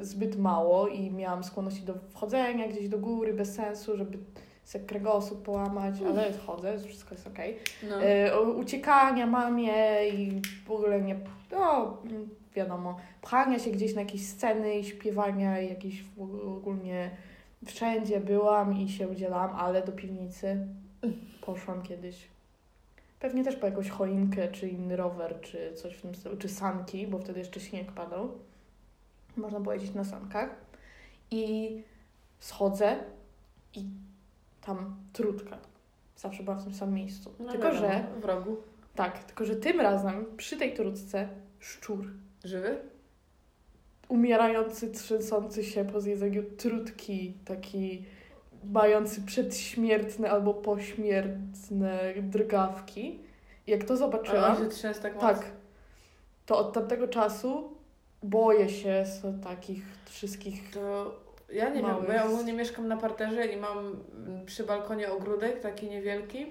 Speaker 1: y, zbyt mało i miałam skłonności do wchodzenia gdzieś do góry bez sensu, żeby sobie kręgosłup połamać, ale chodzę, wszystko jest okej.
Speaker 2: No.
Speaker 1: Y, o- uciekania mamie i w ogóle nie. No, mm, wiadomo, pchania się gdzieś na jakieś sceny i śpiewania i jakieś w- ogólnie wszędzie byłam i się udzielam, ale do piwnicy poszłam kiedyś. Pewnie też po jakąś choinkę, czy inny rower, czy coś w tym stylu, czy sanki, bo wtedy jeszcze śnieg padał. Można było jeździć na sankach. I schodzę i tam trudka. Zawsze była w tym samym miejscu.
Speaker 2: No
Speaker 1: tylko, że
Speaker 2: W rogu.
Speaker 1: tak, tylko że tym razem przy tej trudce szczur,
Speaker 2: Żywy?
Speaker 1: umierający, trzęsący się po zjedzeniu trutki, taki mający przedśmiertne albo pośmiertne drgawki. Jak to
Speaker 2: Czy on
Speaker 1: zobaczyłam,
Speaker 2: się trzęsł tak mocno?
Speaker 1: tak, to od tamtego czasu boję się z takich wszystkich.
Speaker 2: To ja nie
Speaker 1: Mały.
Speaker 2: wiem, bo ja ogólnie mieszkam na parterze i mam mm, przy balkonie ogródek taki niewielki.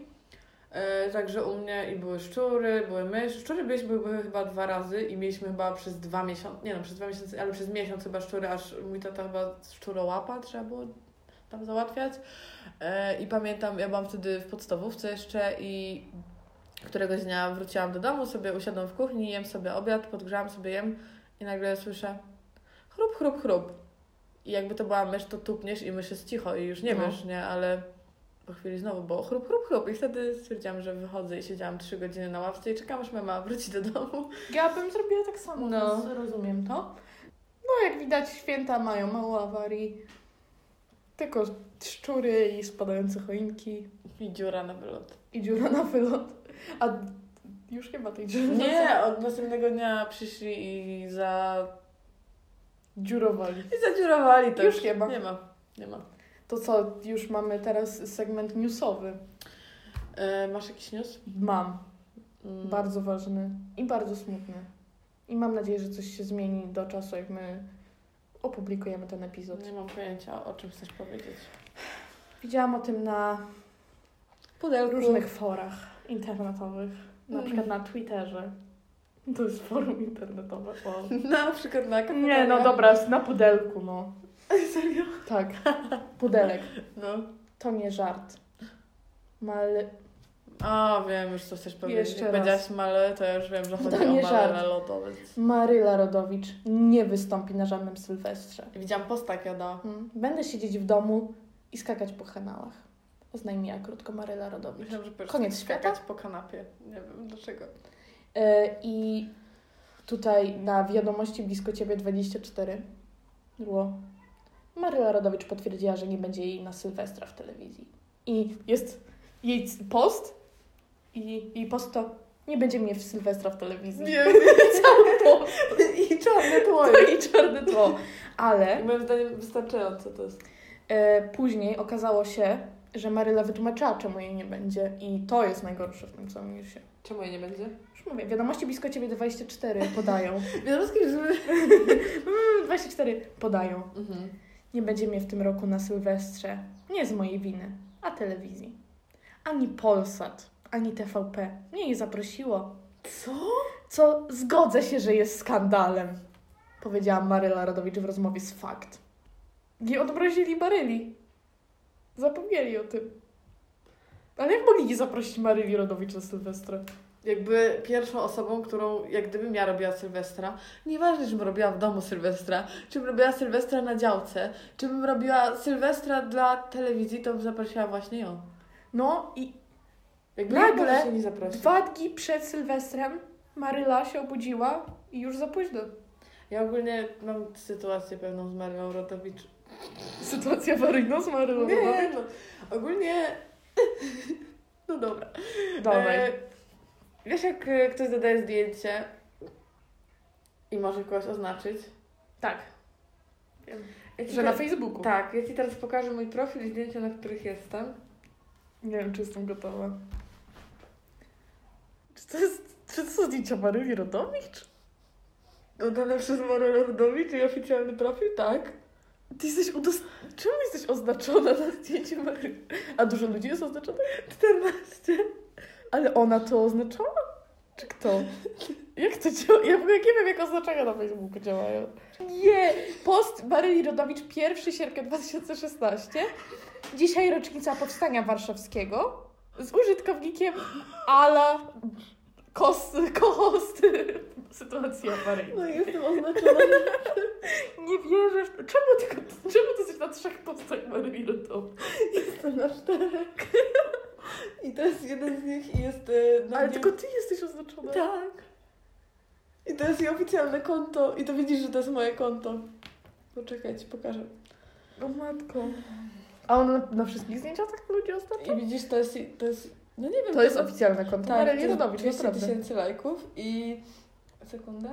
Speaker 2: E, także u mnie i były szczury, były myszy. Szczury byliśmy były chyba dwa razy i mieliśmy chyba przez dwa miesiące, nie no, przez dwa miesiące, ale przez miesiąc chyba szczury, aż mój tata chyba szczurołapa trzeba było tam załatwiać. E, I pamiętam, ja byłam wtedy w podstawówce jeszcze i któregoś dnia wróciłam do domu, sobie usiadłam w kuchni, jem sobie obiad, podgrzałam sobie jem i nagle słyszę chrup, chrup, chrup. I jakby to była mysz, to tupniesz i mysz jest cicho i już nie
Speaker 1: No.
Speaker 2: wiesz, nie? Ale po chwili znowu było chrup, chrup, chrup. I wtedy stwierdziłam, że wychodzę i siedziałam trzy godziny na ławce i czekam, aż mama wróci do domu. (laughs)
Speaker 1: Ja bym zrobiła tak samo,
Speaker 2: No.
Speaker 1: więc rozumiem to. No, jak widać, święta mają mało awarii. Tylko szczury i spadające choinki.
Speaker 2: I dziura na wylot.
Speaker 1: i dziura na wylot. A już nie ma tej dziury.
Speaker 2: Nie, od następnego dnia przyszli i za...
Speaker 1: Dziurowali.
Speaker 2: I zadziurowali to.
Speaker 1: Już nie ma.
Speaker 2: Nie ma. Nie ma.
Speaker 1: To co, już mamy teraz segment newsowy.
Speaker 2: E, masz jakiś news?
Speaker 1: Mam.
Speaker 2: Mm.
Speaker 1: Bardzo ważny i bardzo smutny. I mam nadzieję, że coś się zmieni do czasu, jak my opublikujemy ten epizod.
Speaker 2: Nie mam pojęcia, o czym chcesz powiedzieć.
Speaker 1: Widziałam o tym na
Speaker 2: Pudelku.
Speaker 1: różnych forach internetowych. Na
Speaker 2: Mm.
Speaker 1: przykład na Twitterze. To jest forum internetowe.
Speaker 2: (laughs)
Speaker 1: Wow.
Speaker 2: Na przykład na
Speaker 1: Nie, no dobra, na pudelku, no.
Speaker 2: (laughs) Serio?
Speaker 1: Tak, pudelek.
Speaker 2: No.
Speaker 1: To nie żart. Mal...
Speaker 2: A, wiem, już co chcesz powiedzieć.
Speaker 1: Jeszcze
Speaker 2: Jak
Speaker 1: raz. No
Speaker 2: powiedziałaś male, to ja już wiem, że chodzi
Speaker 1: To nie
Speaker 2: o male
Speaker 1: żart.
Speaker 2: na lodowiec.
Speaker 1: Maryla Rodowicz nie wystąpi na żadnym Sylwestrze.
Speaker 2: Widziałam post tak jada.
Speaker 1: Mm. Będę siedzieć w domu i skakać po kanałach. Oznajmiła krótko Maryla Rodowicz.
Speaker 2: Myślałam, że po prostu
Speaker 1: Koniec
Speaker 2: skakać
Speaker 1: świata?
Speaker 2: po kanapie. Nie wiem dlaczego.
Speaker 1: E, I tutaj na wiadomości blisko ciebie 24 było. Maryla Rodowicz potwierdziła, że nie będzie jej na Sylwestra w telewizji. I jest jej c- post i jej post to nie będzie mnie w Sylwestra w telewizji. (laughs) Cały post.
Speaker 2: I czarne tło.
Speaker 1: To i czarne tło. Ale
Speaker 2: Moim zdaniem wystarczające to jest.
Speaker 1: e, później okazało się, że Maryla wytłumaczyła, czemu jej nie będzie. I to jest najgorsze w tym całym newsie.
Speaker 2: Czemu jej nie będzie?
Speaker 1: Już mówię, wiadomości blisko ciebie 24 podają.
Speaker 2: Wieloruskie żeby...
Speaker 1: Mm, 24 podają.
Speaker 2: Mhm.
Speaker 1: Nie będzie mnie w tym roku na Sylwestrze. Nie z mojej winy, a telewizji. Ani Polsat, ani TVP mnie nie zaprosiło.
Speaker 2: Co?
Speaker 1: Co zgodzę się, że jest skandalem, powiedziała Maryla Rodowicz w rozmowie z Fakt. Nie odmrozili Maryli. Zapomnieli o tym. Ale jak mogli nie zaprosić Maryli Rodowicz na Sylwestra?
Speaker 2: Jakby pierwszą osobą, którą jak gdybym ja robiła Sylwestra, nieważne czy bym robiła w domu Sylwestra, czy bym robiła Sylwestra na działce, czy bym robiła Sylwestra dla telewizji, to bym zaprosiła właśnie ją.
Speaker 1: No i
Speaker 2: Jakby
Speaker 1: Nagle
Speaker 2: nagle się nie zaprosić.
Speaker 1: dwa dni przed Sylwestrem Maryla się obudziła i już za późno.
Speaker 2: Ja ogólnie mam sytuację pewną z Marią Rodowicz.
Speaker 1: Sytuacja awaryjna z Marylą Rodowicz.
Speaker 2: Nie, no, ogólnie... (laughs) No dobra.
Speaker 1: Dawaj.
Speaker 2: E, wiesz, jak e, ktoś dodaje zdjęcie i może kogoś oznaczyć?
Speaker 1: Tak,
Speaker 2: Ja ci
Speaker 1: że na
Speaker 2: teraz-
Speaker 1: Facebooku.
Speaker 2: Tak, ja Ci teraz pokażę mój profil i zdjęcia, na których jestem.
Speaker 1: Nie wiem, czy jestem gotowa. Czy to jest, czy to są zdjęcia Maryli Rodowicz?
Speaker 2: Dodane przez Marę Rodowicz i oficjalny profil, tak?
Speaker 1: Ty jesteś udos... Czemu jesteś oznaczona na zdjęciu Maryli? A dużo ludzi jest oznaczonych?
Speaker 2: 14.
Speaker 1: Ale ona to oznaczała? Czy kto? (laughs) Jak to działa? Ja w ogóle nie wiem, jak oznaczenia na Facebooku działają. Nie! Post Maryli Rodowicz 1 sierpnia 2016. Dzisiaj rocznica powstania warszawskiego z użytkownikiem ala Kost, kost. Sytuacja awaryjna.
Speaker 2: No jestem oznaczona, że...
Speaker 1: Nie wierzę. w- Czemu tylko, czemu ty jesteś na trzech postach Marilto?
Speaker 2: Jestem na czterech. I to jest jeden z nich i jest... e, na
Speaker 1: Ale
Speaker 2: nim-
Speaker 1: tylko ty jesteś oznaczona.
Speaker 2: Tak. I to jest jej oficjalne konto. I to widzisz, że to jest moje konto. Poczekaj, ci pokażę.
Speaker 1: O matko. A ona na, na wszystkich zdjęciach tak ludzi oznacza?
Speaker 2: I widzisz, to jest... To jest no nie wiem.
Speaker 1: To jest oficjalne konto. Tak,
Speaker 2: Tak, to jest
Speaker 1: Marilynowicz,
Speaker 2: 200
Speaker 1: naprawdę.
Speaker 2: tysięcy lajków i... Sekundę.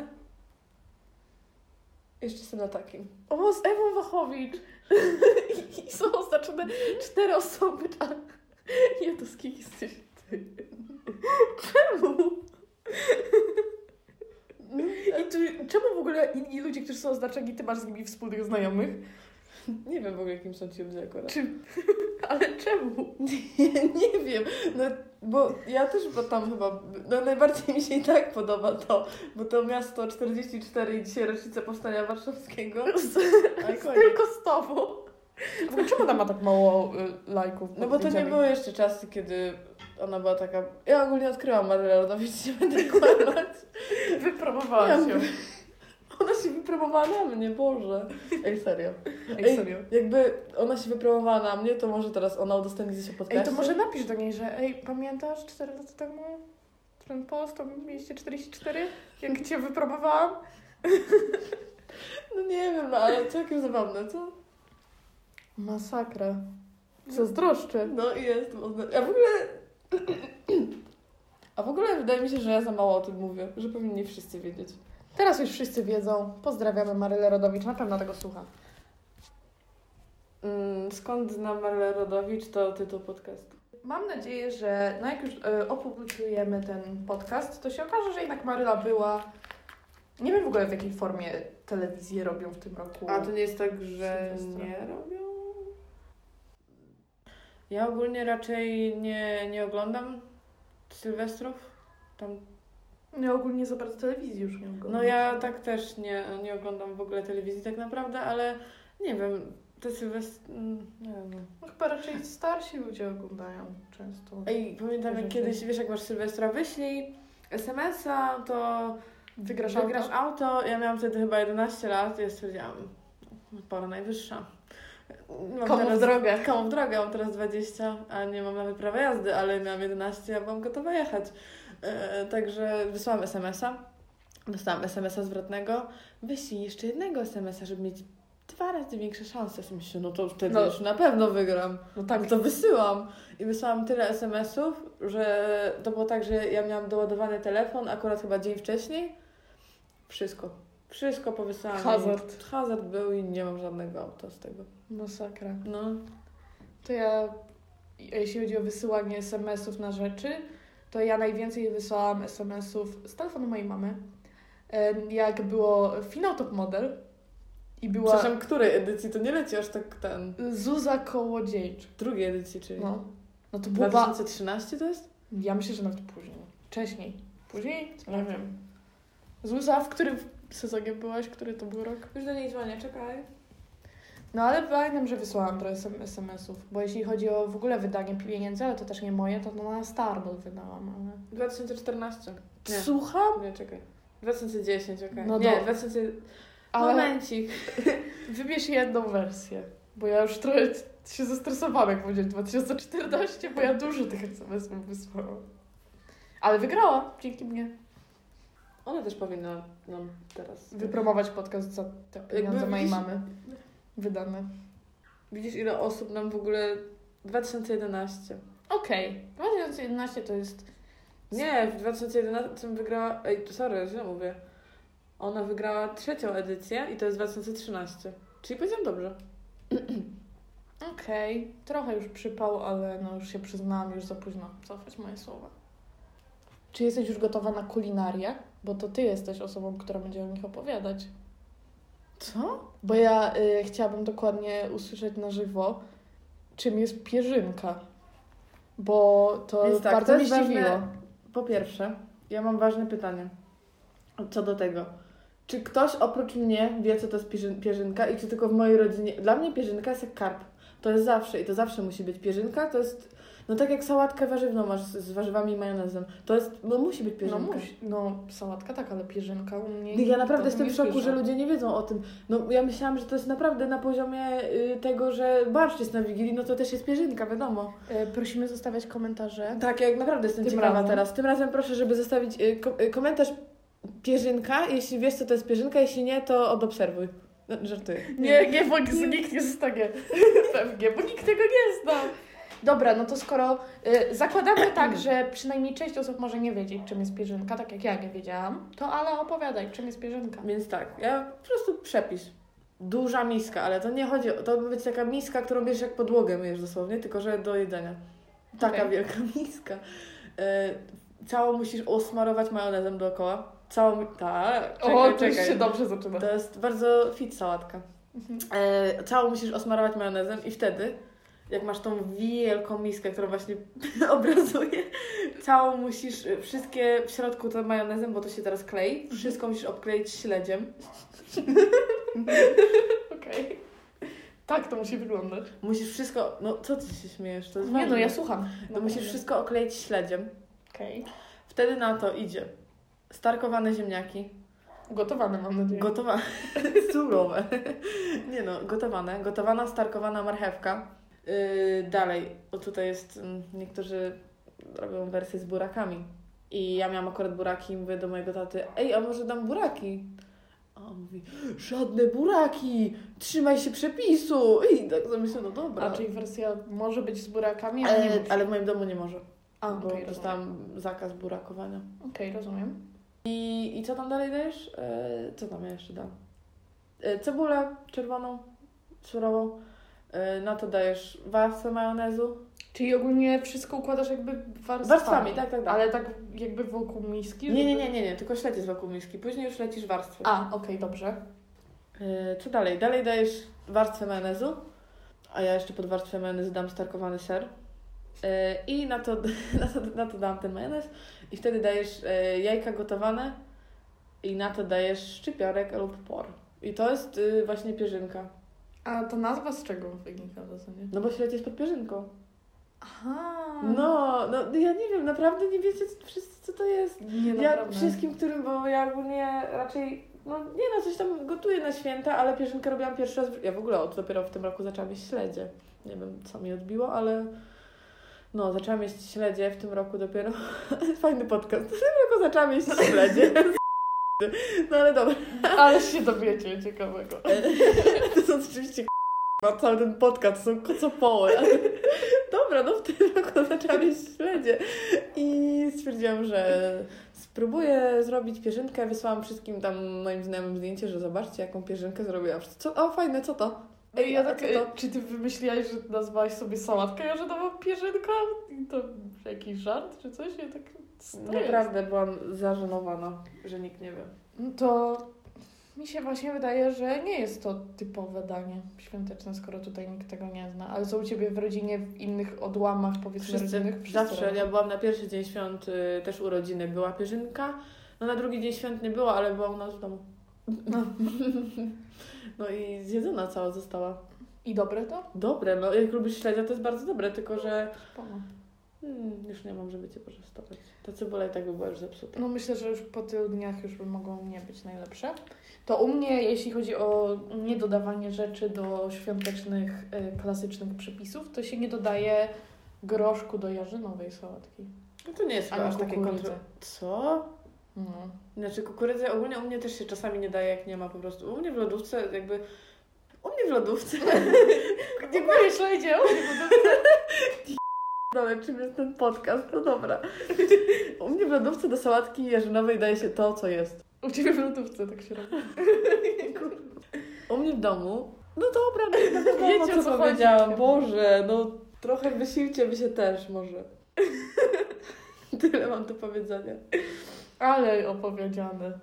Speaker 2: Jeszcze jestem na takim.
Speaker 1: O, z Ewą Wachowicz. (laughs) I są oznaczone cztery osoby. A nie, to z kim jesteś ty? Czemu?
Speaker 2: No,
Speaker 1: I tu, czemu w ogóle inni ludzie, którzy są oznaczeni, ty masz z nimi wspólnych znajomych?
Speaker 2: Nie wiem w ogóle, kim są ci ludzie akurat. (laughs)
Speaker 1: Czy... (laughs) Ale czemu?
Speaker 2: Nie, nie wiem, no, bo ja też bo tam chyba, no najbardziej mi się i tak podoba to, bo to miasto 44 i dzisiaj rocznica Powstania Warszawskiego.
Speaker 1: Z,
Speaker 2: A koniec.
Speaker 1: tylko z tobą. W ogóle czemu ona ma tak mało y, lajków? pod
Speaker 2: No bo to nie
Speaker 1: zdjęciami?
Speaker 2: były jeszcze czasy, kiedy ona była taka, ja ogólnie odkryłam Marię Rodowicz, nie będę kłamać.
Speaker 1: Wypromowała
Speaker 2: Nie,
Speaker 1: się.
Speaker 2: Ona się wypromowała na mnie, Boże. Ej, serio.
Speaker 1: Ej, serio.
Speaker 2: Jakby ona się wypromowała na mnie, to może teraz ona udostępni się podcast.
Speaker 1: Ej, to może napisz do niej, że ej, pamiętasz 4 lata temu ten post o mieście 44, jak cię wypromowałam?
Speaker 2: No nie wiem, no ale całkiem zabawne, co?
Speaker 1: Masakra. Zazdroszczę.
Speaker 2: No i jestem oznaczona. A w ogóle. (clears throat) A w ogóle wydaje mi się, że ja za mało o tym mówię, że powinni wszyscy wiedzieć.
Speaker 1: Teraz już wszyscy wiedzą. Pozdrawiamy Marylę Rodowicz, na pewno tego słucha.
Speaker 2: Mm, skąd znam Marlę Rodowicz, to tytuł podcastu.
Speaker 1: Mam nadzieję, że no jak już y, opublikujemy ten podcast, to się okaże, że jednak Maryla była... Nie wiem w ogóle w jakiej formie telewizję robią w tym roku.
Speaker 2: A to nie jest tak, że
Speaker 1: że nie
Speaker 2: nie robią? Ja ogólnie raczej nie, nie oglądam Sylwestrów. Tam,
Speaker 1: Ja No, ogólnie za bardzo telewizji już nie oglądam.
Speaker 2: no ja tak też nie, nie oglądam w ogóle telewizji tak naprawdę, ale nie wiem, te Sylwestry... Nie wiem.
Speaker 1: No Chyba raczej starsi ludzie oglądają często.
Speaker 2: Ej, pamiętam jak
Speaker 1: Rzeczy.
Speaker 2: kiedyś, wiesz, jak masz Sylwestra, wyślij SMS-a, to
Speaker 1: Wygrasz
Speaker 2: wygrasz
Speaker 1: auto?
Speaker 2: auto. Ja miałam wtedy chyba 11 lat i ja stwierdziłam, "Mm, pora najwyższa. Mam
Speaker 1: Komu w drogę.
Speaker 2: Komu w drogę, mam teraz 20, a nie mam nawet prawa jazdy, ale miałam 11, ja byłam gotowa jechać. E, także wysłałam SMS-a, dostałam SMS-a zwrotnego, wyślij jeszcze jednego SMS-a, żeby mieć dwa razy większe szanse. Ja Myślę, no to wtedy
Speaker 1: No.
Speaker 2: już na pewno wygram.
Speaker 1: No tak,
Speaker 2: Tak, to wysyłam. I wysłałam tyle SMS-ów, że to było tak, że ja miałam doładowany telefon akurat chyba dzień wcześniej. Wszystko. Wszystko powysłałam.
Speaker 1: Hazard.
Speaker 2: Hazard był i nie mam żadnego auta z tego.
Speaker 1: Masakra.
Speaker 2: No.
Speaker 1: To ja, jeśli chodzi o wysyłanie SMS-ów na rzeczy, to ja najwięcej wysłałam SMS-ów z telefonu mojej mamy. Em, Jak było finał Top Model i była
Speaker 2: Przepraszam, której edycji? To nie leci aż tak ten.
Speaker 1: Zuza Kołodziejczyk.
Speaker 2: Drugiej edycji, czyli.
Speaker 1: No. no to była...
Speaker 2: 2013 to jest?
Speaker 1: Ja myślę, że nawet później. Wcześniej. Później? Nie wiem. Zuza, w którym sezonie byłaś? Który to był rok?
Speaker 2: Już do niej dzwonię, czekaj.
Speaker 1: No ale pamiętam, że wysłałam trochę SM- SMS-ów, bo jeśli chodzi o w ogóle wydanie pieniędzy, ale to też nie moje, to na Starbucks wydałam, ale...
Speaker 2: 2014. Nie.
Speaker 1: Słucham?
Speaker 2: Nie, czekaj. 2010, okej.
Speaker 1: No
Speaker 2: nie,
Speaker 1: dobra.
Speaker 2: 2000...
Speaker 1: Ale
Speaker 2: Momencik.
Speaker 1: wybierz jedną wersję, bo ja już trochę t- się zestresowałam, jak powiedzieć 2014, bo ja dużo tych SMS-ów wysłałam. Ale wygrałam, dzięki mnie.
Speaker 2: Ona też powinna nam teraz...
Speaker 1: Wypromować podcast za te pieniądze
Speaker 2: Jakby
Speaker 1: mojej
Speaker 2: widzisz-
Speaker 1: mamy. Wydane.
Speaker 2: Widzisz, ile osób nam w ogóle. 2011.
Speaker 1: Okej, 2011 to jest...
Speaker 2: Nie, w 2011 wygrała. Ej, sorry, źle mówię. Ona wygrała trzecią edycję i to jest 2013. Czyli powiedziałam dobrze.
Speaker 1: Okej, trochę już przypał, ale no już się przyznałam, już za późno cofać moje słowa. Czy jesteś już gotowa na kulinarię? Bo to ty jesteś osobą, która będzie o nich opowiadać.
Speaker 2: Co?
Speaker 1: Bo ja y, chciałabym dokładnie usłyszeć na żywo, czym jest pierzynka. Bo to
Speaker 2: Więc tak,
Speaker 1: bardzo
Speaker 2: to
Speaker 1: mnie
Speaker 2: jest ważne-
Speaker 1: zdziwiło. No
Speaker 2: Po pierwsze, ja mam ważne pytanie. Co do tego. Czy ktoś oprócz mnie wie, co to jest pierzyn- pierzynka i czy tylko w mojej rodzinie. Dla mnie pierzynka jest jak karp. To jest zawsze i to zawsze musi być pierzynka. To jest No tak jak sałatkę warzywną masz z, z warzywami i majonezem. To jest, no musi być pierzynka.
Speaker 1: No, musi. no, sałatka tak, ale pierzynka u mnie...
Speaker 2: Ja
Speaker 1: to
Speaker 2: naprawdę jestem
Speaker 1: nie
Speaker 2: w szoku,
Speaker 1: słyszę.
Speaker 2: że ludzie nie wiedzą o tym. No ja myślałam, że to jest naprawdę na poziomie y, tego, że barszcz jest na Wigilii, no to też jest pierzynka, wiadomo.
Speaker 1: E, Prosimy zostawiać komentarze.
Speaker 2: Tak, ja naprawdę jestem
Speaker 1: Tym
Speaker 2: ciekawa
Speaker 1: razem.
Speaker 2: teraz. Tym razem proszę, żeby zostawić y, ko- y, komentarz pierzynka, jeśli wiesz co to jest pierzynka, jeśli nie, to odobserwuj. No, żartuję.
Speaker 1: Nie, nie, bo nikt nie zostanie. (laughs) Pewnie, bo nikt tego nie zna. Dobra, no to skoro y, zakładamy (clears throat) tak, że przynajmniej część osób może nie wiedzieć, czym jest pierzynka, tak jak ja nie wiedziałam, to ale opowiadaj, czym jest pierzynka.
Speaker 2: Więc tak, ja po prostu przepis. Duża miska, ale to nie chodzi, o- to ma być taka miska, którą bierzesz jak podłogę myjesz dosłownie, tylko że do jedzenia. Taka
Speaker 1: Okej.
Speaker 2: wielka (laughs) miska. Yy, całą musisz osmarować majonezem dookoła. Całą, mi- tak, czekaj,
Speaker 1: o, to już
Speaker 2: czekaj.
Speaker 1: się dobrze zaczyna.
Speaker 2: To jest bardzo fit sałatka.
Speaker 1: Mhm.
Speaker 2: E, całą musisz osmarować majonezem i wtedy, jak masz tą wielką miskę, którą właśnie (laughs) obrazuję, całą musisz, e, wszystkie w środku to majonezem, bo to się teraz klei,
Speaker 1: Mhm.
Speaker 2: wszystko musisz obkleić śledziem.
Speaker 1: (laughs) Okej. Tak to musi wyglądać.
Speaker 2: Musisz wszystko, no co ty się śmiejesz, to jest
Speaker 1: Nie no,
Speaker 2: ważne.
Speaker 1: ja słucham.
Speaker 2: No musisz wszystko okleić śledziem.
Speaker 1: Okej.
Speaker 2: Wtedy na to idzie starkowane ziemniaki,
Speaker 1: Gotowane mam nadzieję.
Speaker 2: Gotowa... (laughs) Surowe. Nie no, gotowane. Gotowana, starkowana marchewka. Yy, dalej, bo tutaj jest, mm, niektórzy robią wersję z burakami. I ja miałam akurat buraki i mówię do mojego taty, ej, a może dam buraki? A on mówi, żadne buraki, trzymaj się przepisu. I tak sobie myślę, no dobra.
Speaker 1: A, czyli wersja może być z burakami, E, ale nie
Speaker 2: ale,
Speaker 1: musi.
Speaker 2: ale w moim domu nie może,
Speaker 1: A,
Speaker 2: bo
Speaker 1: okej, rozumiem.
Speaker 2: dostałam zakaz burakowania.
Speaker 1: Okej, rozumiem.
Speaker 2: I, I co tam dalej dajesz? E, co tam ja jeszcze dam? E, cebulę czerwoną, surową. E, na to dajesz warstwę majonezu.
Speaker 1: Czyli ogólnie wszystko układasz jakby warstwami.
Speaker 2: Warstwami, tak, tak, tak.
Speaker 1: Ale tak jakby wokół miski?
Speaker 2: Nie, nie,
Speaker 1: żeby-
Speaker 2: nie, nie, nie, tylko śledzisz wokół miski. Później już lecisz warstwę.
Speaker 1: A, okej, dobrze.
Speaker 2: E, co dalej? Dalej dajesz warstwę majonezu. A ja jeszcze pod warstwę majonezu dam starkowany ser. E, I na to, (laughs) na, to, na to dam ten majonez. I wtedy dajesz e, jajka gotowane. I na to dajesz szczypiorek lub por. I to jest y, właśnie pierzynka.
Speaker 1: A ta nazwa z czego wynika w zasadzie?
Speaker 2: No bo śledź jest pod pierzynką.
Speaker 1: Aha.
Speaker 2: No, no ja nie wiem, naprawdę nie wiecie c- wszyscy co to jest.
Speaker 1: Nie,
Speaker 2: ja
Speaker 1: naprawdę.
Speaker 2: wszystkim, którym, bo ja ogólnie raczej, no nie no, coś tam gotuję na święta, ale pierzynkę robiłam pierwszy raz, w- ja w ogóle od dopiero w tym roku zaczęłam jeść śledzie. Nie wiem, co mi odbiło, ale no, zaczęłam jeść śledzie w tym roku dopiero. (laughs) Fajny podcast. W tym roku zaczęłam jeść śledzie. (laughs) No ale dobra,
Speaker 1: (laughs) Ale się dowiecie ciekawego.
Speaker 2: to są rzeczywiście k***a, cały ten podcast, są kocopoły. ale- Dobra, no w tym roku zaczęłam jeść śledzie i stwierdziłam, że spróbuję zrobić pierzynkę. Wysłałam wszystkim tam moim znajomym zdjęcie, że zobaczcie jaką pierzynkę zrobiłam. Wszyscy, Co? O, fajne, co to?
Speaker 1: Ej,
Speaker 2: A
Speaker 1: ja tak,
Speaker 2: co to?
Speaker 1: e, czy ty wymyśliłaś, że nazwałaś sobie sałatkę jarzynową pierzynka? I to jakiś żart czy coś? Ja tak... co to
Speaker 2: No Naprawdę byłam zażenowana, że nikt nie wie.
Speaker 1: jest? No To mi się właśnie wydaje, że nie jest to typowe danie świąteczne, skoro tutaj nikt tego nie zna. Ale co u ciebie w rodzinie, w innych odłamach powiedzmy rodzinnych?
Speaker 2: Wszyscy,
Speaker 1: Wszyscy
Speaker 2: zawsze,
Speaker 1: robią.
Speaker 2: ja byłam na pierwszy dzień świąt, y, też urodziny była pierzynka. No na drugi dzień świąt nie było, ale była u nas w domu. No, (laughs) no i zjedzona cała została.
Speaker 1: I dobre to?
Speaker 2: Dobre, no jak lubisz śledzia, to jest bardzo dobre, tylko że
Speaker 1: Pomo.
Speaker 2: mm, już nie mam, żeby cię protestować. Ta cebula i tak by była już zepsuta.
Speaker 1: No myślę, że już po tylu dniach już by mogą nie być najlepsze. To u mnie, jeśli chodzi o niedodawanie rzeczy do świątecznych, y, klasycznych przepisów, to się nie dodaje groszku do jarzynowej sałatki.
Speaker 2: No to nie jest
Speaker 1: Ani
Speaker 2: chyba aż takie
Speaker 1: kukurydzy.
Speaker 2: kontro... Co?
Speaker 1: No.
Speaker 2: Znaczy kukurydzy ogólnie u mnie też się czasami nie daje, jak nie ma po prostu. U mnie w lodówce jakby... U mnie w lodówce... (laughs)
Speaker 1: Nie mówisz, że idzie.
Speaker 2: Ale No, czym jest ten podcast? No dobra. U mnie w lodówce do sałatki jarzynowej daje się to, co jest.
Speaker 1: U ciebie w lodówce tak się robi.
Speaker 2: U mnie w domu... No dobra, no to
Speaker 1: Wiecie,
Speaker 2: wiadomo,
Speaker 1: o co
Speaker 2: co
Speaker 1: chodzi.
Speaker 2: powiedziałam. Boże, no trochę wysiłcie by się też może. (laughs) Tyle mam do powiedzenia.
Speaker 1: Ale opowiedziane.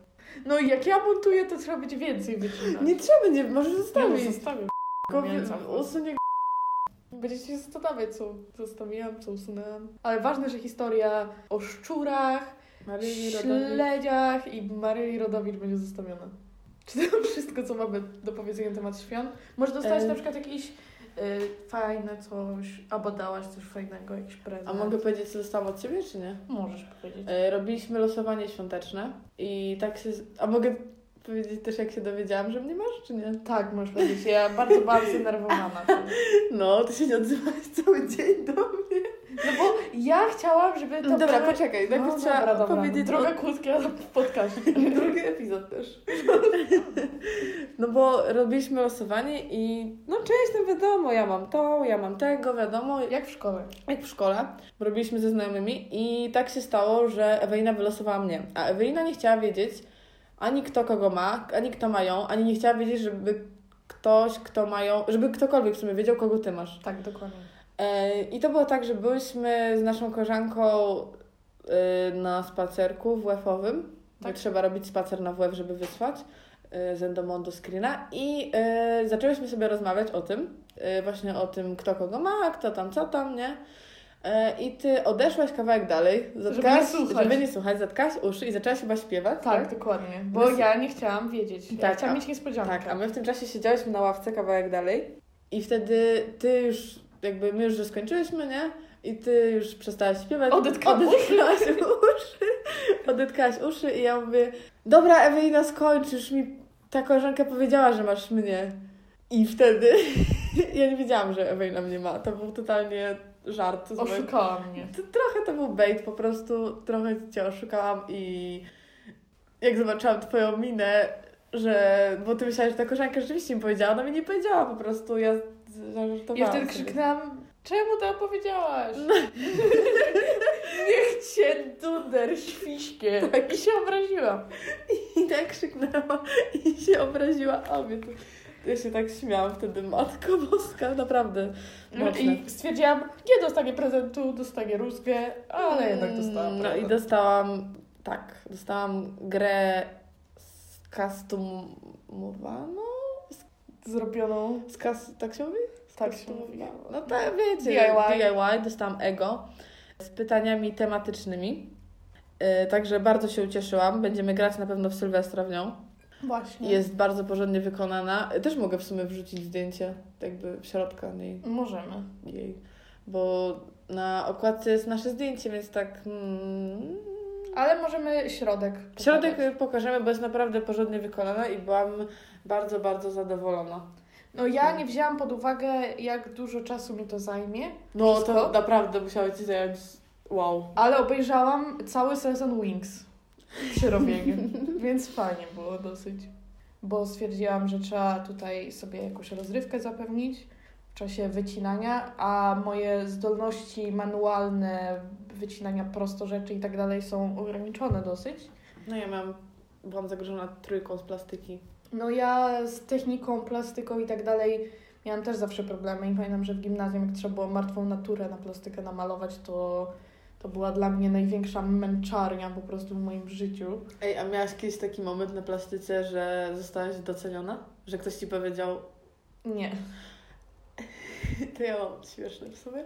Speaker 1: No i jak ja montuję, to trzeba być więcej wycinać.
Speaker 2: Nie trzeba, nie, możesz zostawić.
Speaker 1: zostawię. zostawię.
Speaker 2: Tylko
Speaker 1: pamiętam.
Speaker 2: w- usunie
Speaker 1: Będziecie się zastanawiać, co zostawiłam, co usunęłam. Ale ważne, że historia o szczurach, śledziach i Maryli Rodowicz będzie (laughs) zostawiona. Czy to wszystko, co mamy do powiedzenia na temat świąt? Może dostać
Speaker 2: E.
Speaker 1: na przykład jakiś y, fajne coś, albo dałaś coś fajnego, jakiś prezent.
Speaker 2: A mogę powiedzieć, co dostałam od ciebie, czy nie?
Speaker 1: Możesz powiedzieć.
Speaker 2: E, Robiliśmy losowanie świąteczne i tak się. A mogę powiedzieć też, jak się dowiedziałam, że mnie masz, czy nie?
Speaker 1: Tak, możesz powiedzieć. Ja bardzo
Speaker 2: (laughs)
Speaker 1: byłam zdenerwowana. tym.
Speaker 2: No, ty się nie odzywałaś cały dzień do mnie.
Speaker 1: No bo ja chciałam, żeby to...
Speaker 2: No dobra,
Speaker 1: prawie-
Speaker 2: poczekaj, najpierw
Speaker 1: no,
Speaker 2: trzeba
Speaker 1: dobra, dobra.
Speaker 2: powiedzieć.
Speaker 1: Droga kłódka w podcaście.
Speaker 2: (laughs) Drugi epizod też. No bo robiliśmy losowanie i no część tam wiadomo, ja mam to, ja mam tego, wiadomo,
Speaker 1: Jak w szkole.
Speaker 2: jak w szkole. Robiliśmy ze znajomymi i tak się stało, że Ewelina wylosowała mnie. A Ewelina nie chciała wiedzieć ani kto kogo ma, ani kto ma ją, ani nie chciała wiedzieć, żeby ktoś, kto ma ją, żeby ktokolwiek w sumie wiedział, kogo ty masz.
Speaker 1: Tak, dokładnie.
Speaker 2: E, I to było tak, że byliśmy z naszą koleżanką e, na spacerku WF-owym. Tak.
Speaker 1: Tak.
Speaker 2: Trzeba robić spacer na WF, żeby wysłać e, z Endomon do screena. I e, zaczęłyśmy sobie rozmawiać o tym, e, właśnie o tym, kto kogo ma, kto tam, co tam, nie? E, I ty odeszłaś kawałek dalej, zatkałaś,
Speaker 1: nie słuchać.
Speaker 2: żeby nie słuchać, zatkałaś uszy i zaczęłaś chyba śpiewać.
Speaker 1: Tak, dokładnie. Bo ja nie chciałam wiedzieć. Ja
Speaker 2: Tak,
Speaker 1: chciałam
Speaker 2: a-
Speaker 1: mieć niespodziankę.
Speaker 2: Tak, a my w tym czasie siedziałyśmy na ławce kawałek dalej i wtedy ty już, jakby my już że skończyłyśmy, nie? I ty już przestałaś śpiewać.
Speaker 1: Odetkałam
Speaker 2: Odetkałaś uszy. Odetkałaś uszy i ja mówię, dobra Ewelina, skończ, już mi ta koleżanka powiedziała, że masz mnie. I wtedy (laughs) ja nie wiedziałam, że Ewelina mnie ma. To był totalnie żart. z mojej-
Speaker 1: Oszukała mnie.
Speaker 2: to trochę to był bait, po prostu trochę cię oszukałam i jak zobaczyłam twoją minę, że, bo ty myślałaś, że ta koleżanka rzeczywiście mi powiedziała, ona mi nie powiedziała po prostu, ja z- zażartowałam
Speaker 1: Ja wtedy
Speaker 2: sobie.
Speaker 1: krzyknęłam, czemu to powiedziałaś?
Speaker 2: No.
Speaker 1: Niech cię duder świśkie. Tak. I się obraziłam.
Speaker 2: (laughs) I tak krzyknęła i się obraziła o mnie. To- Ja się tak śmiałam wtedy, matko boska, naprawdę. Mocne.
Speaker 1: No I stwierdziłam, nie dostanie prezentu, dostanie rózgę, ale jednak dostałam
Speaker 2: No i
Speaker 1: prezent.
Speaker 2: dostałam, tak, dostałam grę skustomowaną?
Speaker 1: Zrobioną.
Speaker 2: Z kas, tak się mówi? Y, Z
Speaker 1: Tak
Speaker 2: kas-
Speaker 1: się mówi.
Speaker 2: No to wiecie,
Speaker 1: DIY.
Speaker 2: DIY, dostałam ego z pytaniami tematycznymi. E, Także bardzo się ucieszyłam. Będziemy grać na pewno w Sylwestra w nią.
Speaker 1: Właśnie.
Speaker 2: Jest bardzo porządnie wykonana. E, Też mogę w sumie wrzucić zdjęcie jakby środka niej,
Speaker 1: Możemy.
Speaker 2: jej. Bo na okładce jest nasze zdjęcie, więc tak... Mm,
Speaker 1: Ale możemy środek. pokazać.
Speaker 2: środek pokażemy, bo jest naprawdę porządnie wykonana i byłam bardzo, bardzo zadowolona.
Speaker 1: No ja nie wzięłam pod uwagę, jak dużo czasu mi to zajmie,
Speaker 2: No
Speaker 1: Wszystko?
Speaker 2: to naprawdę musiało Ci zająć... Wow.
Speaker 1: ale obejrzałam cały sezon Wings przy robieniu, więc fajnie było dosyć. Bo stwierdziłam, że trzeba tutaj sobie jakąś rozrywkę zapewnić w czasie wycinania, a moje zdolności manualne, wycinania prosto rzeczy i tak dalej są ograniczone dosyć.
Speaker 2: No ja mam, byłam zagrożona trójką z plastyki.
Speaker 1: No ja z techniką, plastyką i tak dalej miałam też zawsze problemy i pamiętam, że w gimnazjum jak trzeba było martwą naturę na plastykę namalować, to to była dla mnie największa męczarnia po prostu w moim życiu.
Speaker 2: Ej, a miałaś kiedyś taki moment na plastyce, że zostałaś doceniona? Że ktoś ci powiedział, (laughs)
Speaker 1: Nie.
Speaker 2: to ja mam śmieszne w sumie,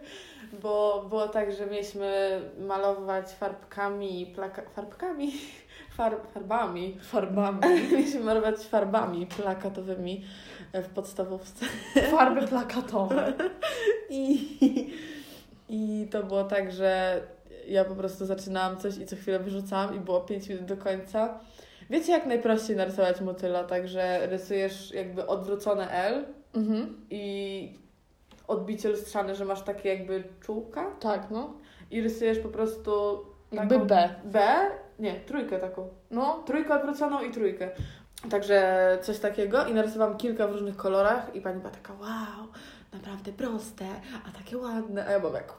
Speaker 2: bo było tak, że mieliśmy malować farbkami, plaka- farbkami, (laughs) Farb- farbami, (laughs)
Speaker 1: Farbami.
Speaker 2: mieliśmy malować farbami plakatowymi w podstawówce.
Speaker 1: Farby plakatowe.
Speaker 2: I, I to było tak, że ja po prostu zaczynałam coś i co chwilę wyrzucałam i było 5 minut do końca. Wiecie, jak najprościej narysować motyla, także rysujesz jakby odwrócone L
Speaker 1: Mhm.
Speaker 2: i odbicie lustrzane, że masz takie jakby czółka
Speaker 1: Tak, no.
Speaker 2: i rysujesz po prostu
Speaker 1: Jakby
Speaker 2: taką-
Speaker 1: B.
Speaker 2: B, nie, trójkę taką,
Speaker 1: No.
Speaker 2: trójkę odwróconą i trójkę. Także coś takiego i narysowałam kilka w różnych kolorach i pani była taka wow, naprawdę proste, a takie ładne, a ja byłam jak